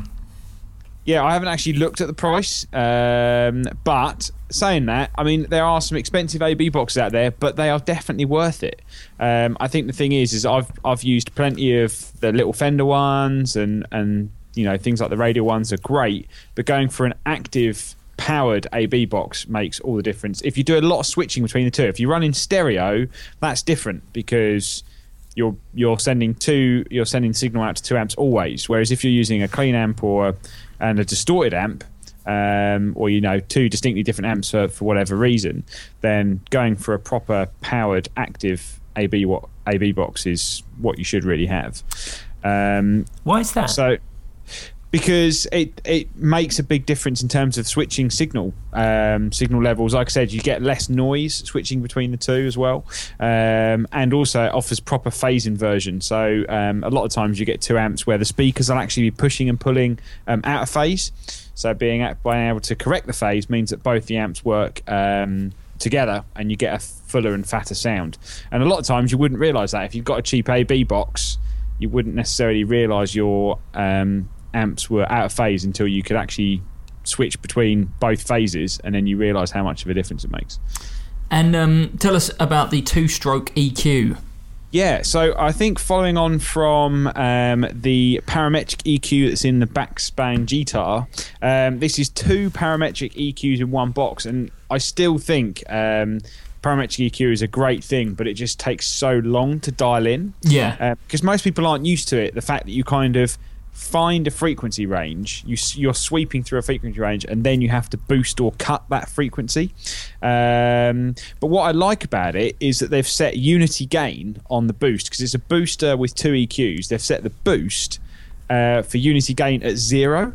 B: Yeah, I haven't actually looked at the price, um, but saying that, I mean there are some expensive AB boxes out there, but they are definitely worth it. Um, I think the thing is, is I've I've used plenty of the little Fender ones, and and you know things like the radio ones are great, but going for an active powered AB box makes all the difference. If you do a lot of switching between the two, if you run in stereo, that's different because you're you're sending two you're sending signal out to two amps always. Whereas if you're using a clean amp or and a distorted amp, um, or you know two distinctly different amps for, for whatever reason, then going for a proper powered active AB what AB box is what you should really have. Um,
C: Why is that?
B: so because it it makes a big difference in terms of switching signal um, signal levels. Like I said, you get less noise switching between the two as well, um, and also it offers proper phase inversion. So um, a lot of times you get two amps where the speakers will actually be pushing and pulling um, out of phase. So being at, being able to correct the phase means that both the amps work. Um, together and you get a fuller and fatter sound and a lot of times you wouldn't realize that if you've got a cheap ab box you wouldn't necessarily realize your um, amps were out of phase until you could actually switch between both phases and then you realize how much of a difference it makes.
A: E and um, tell us about the two stroke EQ.
B: Yeah, so I think following on from um, the parametric EQ that's in the backspan guitar, um, this is two parametric EQs in one box, and I still think um, parametric EQ is a great thing, but it just takes so long to dial in. Um,
A: Yeah.
B: because most people aren't used to it. The fact that you kind of find a frequency range, you, s- you're sweeping through a frequency range, and then you have to boost or cut that frequency. Um, but what I like about it is that they've set unity gain on the boost because it's a booster with two EQs. They've set the boost uh, for unity gain at zero.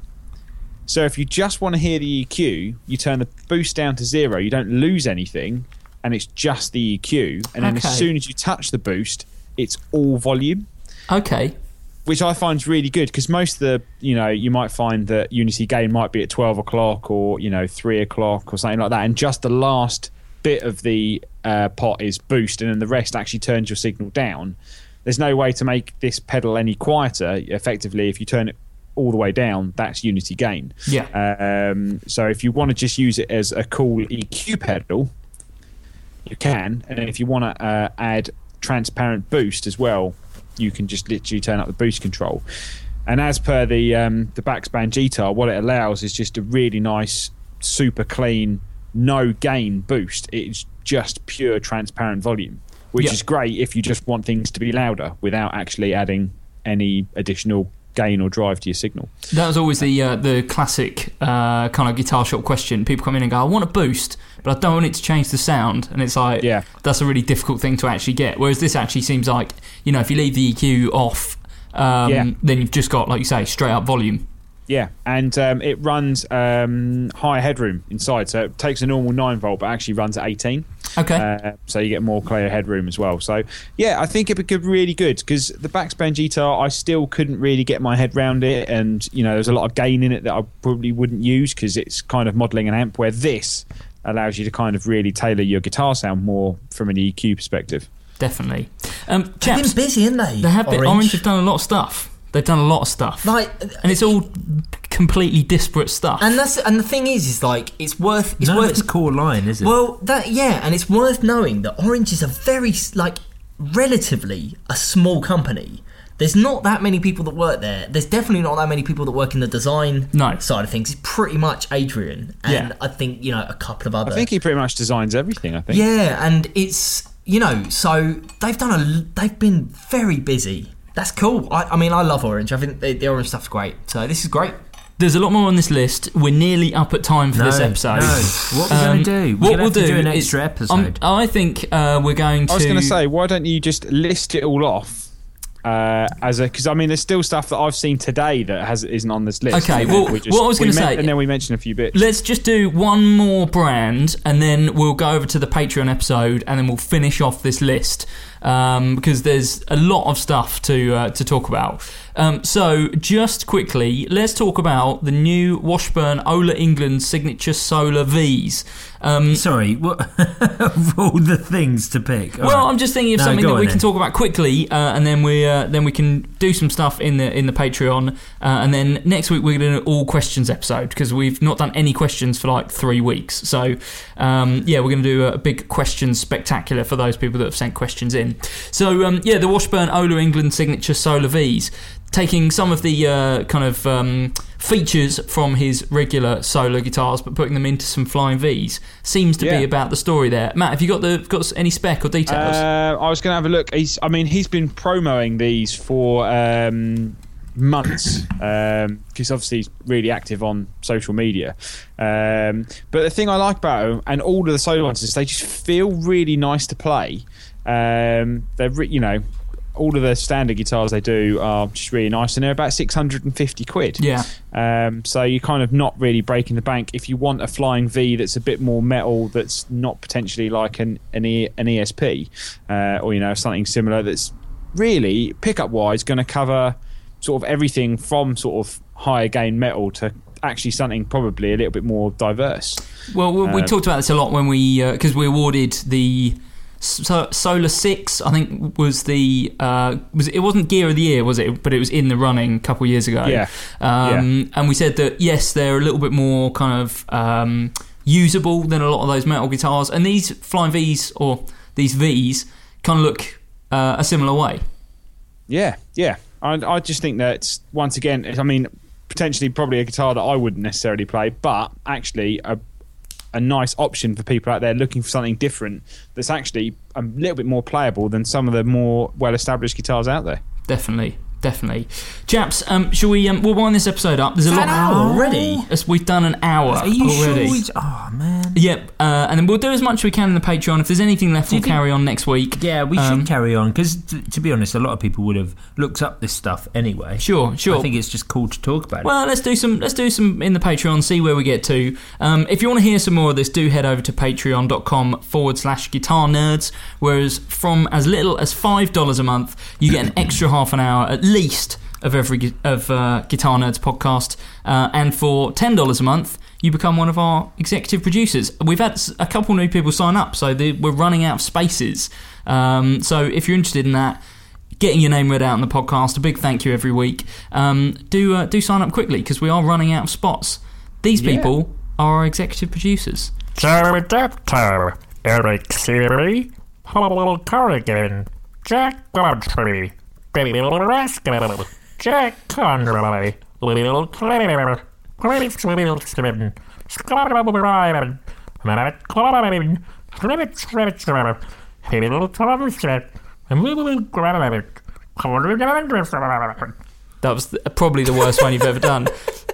B: So if you just want to hear the EQ, you turn the boost down to zero. You don't lose anything, and it's just the EQ. And then
A: Okay.
B: as soon as you touch the boost, it's all volume
A: Okay.
B: which I find is really good because most of the you know you might find that Unity game might be at twelve o'clock or you know three o'clock or something like that, and just the last bit of the uh, pot is boost, and then the rest actually turns your signal down. There's no way to make this pedal any quieter. Effectively, if you turn it all the way down, that's Unity gain.
A: Yeah.
B: Um, so if you want to just use it as a cool EQ pedal, you can. And then if you want to uh, add transparent boost as well, you can just literally turn up the boost control. And as per the um, the backspan guitar, what it allows is just a really nice, super clean, no gain boost. It's just pure transparent volume, which
A: Yeah.
B: is great if you just want things to be louder without actually adding any additional gain or drive to your signal.
A: That was always the uh, the classic uh, kind of guitar shop question. People come in and go, "I want a boost, but I don't want it to change the sound." And it's like,
B: Yeah.
A: that's a really difficult thing to actually get. Whereas this actually seems like, you know, if you leave the EQ off, um,
B: Yeah.
A: then you've just got, like you say, straight up volume.
B: Yeah, and um, it runs um, higher headroom inside, so it takes a normal nine volt, but actually runs at eighteen.
A: Okay.
B: Uh, so you get more clear headroom as well. So yeah, I think it would be good- really good because the backspan guitar, I still couldn't really get my head round it, and you know, there's a lot of gain in it that I probably wouldn't use because it's kind of modelling an amp. Where this allows you to kind of really tailor your guitar sound more from an EQ perspective.
A: Definitely. Um,
D: They've
A: chaps,
D: been busy, haven't they?
A: they have been.
D: Orange.
A: Orange have done a lot of stuff. They've done a lot of stuff.
D: Like-
A: and it's all completely disparate stuff.
D: And that's and the thing is, is like it's worth it's
C: None of
D: worth
C: its core line, is it?
D: Well, that yeah, and it's worth knowing that Orange is a very like relatively a small company. There's not that many people that work there. There's definitely not that many people that work in the design
A: No.
D: side of things. It's pretty much Adrian and
A: Yeah.
D: I think you know a couple of other.
B: I think he pretty much designs everything. I think.
D: yeah, and it's you know so they've done a l- they've been very busy. That's cool. I, I mean, I love Orange. I think the, the Orange stuff's great. So this is great.
A: There's a lot more on this list. We're nearly up at time for
C: No,
A: this episode. Um,
C: no. What we're gonna do? We're
A: what
C: gonna
A: we'll
C: have to do an
A: is-
C: extra
A: um,
C: episode.
A: I think uh, we're going to.
B: I was going to say, why don't you just list it all off? Uh, as a because I mean, there's still stuff that I've seen today that has isn't on this list.
A: Okay,
B: And
A: well,
B: then we
A: what I was
B: we
A: gonna
B: men-
A: say-
B: and then we mentioned a few bits.
A: Let's just do one more brand, and then we'll go over to the Patreon episode, and then we'll finish off this list um, because there's a lot of stuff to uh, to talk about. Um, so, just quickly, let's talk about the new Washburn Ola England signature solar V's. Um,
C: Sorry, what of all the things to pick? all
A: Well,
C: right.
A: I'm just thinking of
C: No,
A: something
C: go
A: that
C: on
A: we
C: then.
A: can talk about quickly, uh, and then we uh, then we can do some stuff in the in the Patreon, uh, and then next week we're going to do an all questions episode because we've not done any questions for like three weeks. So um, yeah, we're going to do a big questions spectacular for those people that have sent questions in. So um, yeah, the Washburn Ola England signature solar V's. Taking some of the uh, kind of um, features from his regular solo guitars, but putting them into some flying V's seems to be
B: Yeah.
A: about the story there. Matt, have you got the got any spec or details?
B: Uh, I was going to have a look. He's, I mean, he's been promoting these for um, months because obviously he's really active on social media. Um, but the thing I like about him and all of the solo ones is they just feel really nice to play. Um, they're, re- you know, all of the standard guitars they do are just really nice, and they're about six hundred and fifty quid.
A: Yeah.
B: Um, so you're kind of not really breaking the bank if you want a flying V that's a bit more metal, that's not potentially like an an, e, an ESP uh, or you know something similar. That's really pickup wise going to cover sort of everything from sort of higher gain metal to actually something probably a little bit more diverse.
A: Well, we, we
B: Um,
A: talked about this a lot when we because we awarded the so, Solar Six. I think was the uh, was it wasn't Gear of the Year, was it? But it was in the running a couple of years ago.
B: Yeah.
A: Um, And we said that yes, they're a little bit more kind of um, usable than a lot of those metal guitars, and these Flying V's or these V's kind of look uh, a similar way.
B: Yeah, yeah. I, I just think that once again, I mean, potentially probably a guitar that I wouldn't necessarily play, but actually a a nice option for people out there looking for something different that's actually a little bit more playable than some of the more well-established guitars out there.
A: Definitely, definitely, chaps. Um, shall we? Um, we'll wind this episode up. There's a lot
D: An hour already?
A: Yes, we've done an hour
C: Are you
A: already.
C: sure? We, oh man.
A: Yep, uh, and then we'll do as much as we can in the Patreon. If there's anything left, we'll
C: think-
A: carry on next week.
C: Yeah, we
A: Um,
C: should carry on because, t- to be honest, a lot of people would have looked up this stuff anyway.
A: Sure, sure.
C: I think it's just cool to talk about it.
A: Well, let's do some. Let's do some in the Patreon. See where we get to. Um, if you want to hear some more of this, do head over to patreon.com forward slash guitar nerds. Whereas from as little as five dollars a month, you get an extra half an hour at least of every gu- of uh, Guitar Nerds podcast. Uh, and for ten dollars a month, you become one of our executive producers. We've had s- a couple new people sign up, so the, we're running out of spaces. Um, so if you're interested in that getting your name read out in the podcast. A big thank you every week. Um, do uh, do sign up quickly because we are running out of spots. These people are our executive producers.
F: Jeremy Depto, Eric Seary, Paul Corrigan, Jack Godfrey, Bill Rascal, Jack Conroy, Will Clare, Chris Wilson, Scott O'Brien, Matt Corbin, Fritz Richard, Bill Thompson, Will Gravitt, Corrigan Anderson.
A: That was th- probably the worst one you've ever done.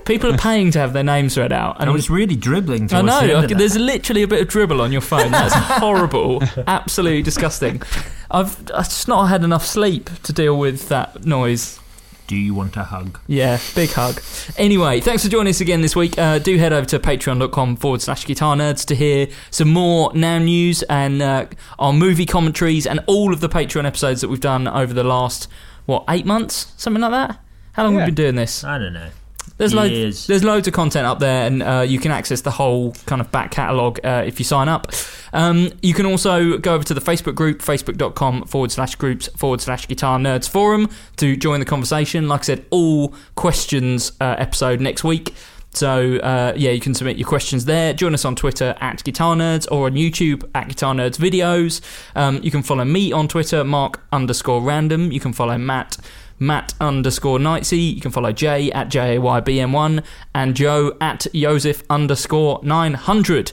A: People are paying to have their names read out, and
C: I was really dribbling.
A: I
C: Towards
A: know.
C: The end
A: I
C: of
A: can-
C: that.
A: there's literally a bit of dribble on your phone. That's horrible. Absolutely disgusting. I've, I've just not had enough sleep to deal with that noise.
C: Do you want a hug?
A: Yeah, big hug. Anyway, thanks for joining us again this week. Uh, do head over to patreon.com forward slash guitar nerds to hear some more now news and uh, our movie commentaries and all of the Patreon episodes that we've done over the last, what, eight months? Something like that? How long have
B: Yeah.
A: we been doing this?
C: I don't know.
A: There's
C: Years.
A: loads, there's loads of content up there, and uh, you can access the whole kind of back catalogue uh, if you sign up. Um, you can also go over to the Facebook group, facebook.com forward slash groups forward slash guitar nerds forum to join the conversation. Like I said, all questions uh, episode next week. So, uh, yeah, you can submit your questions there. Join us on Twitter at Guitar Nerds or on YouTube at Guitar Nerds Videos. Um, you can follow me on Twitter, Mark underscore random. You can follow Matt Matt underscore Knightsy. You can follow Jay at JAYBM1 and Joe at Joseph underscore 900.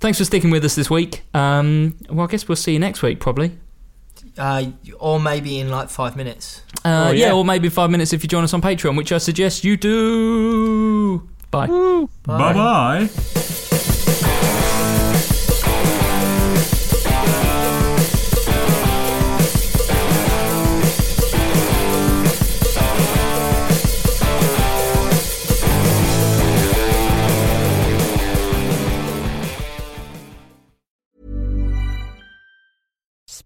A: Thanks for sticking with us this week. Um, well, I guess we'll see you next week, probably.
D: Uh, or maybe in like five minutes.
A: Uh,
B: Oh,
A: yeah.
B: yeah.
A: or maybe five minutes if you join us on Patreon, which I suggest you do. Bye.
C: Bye bye.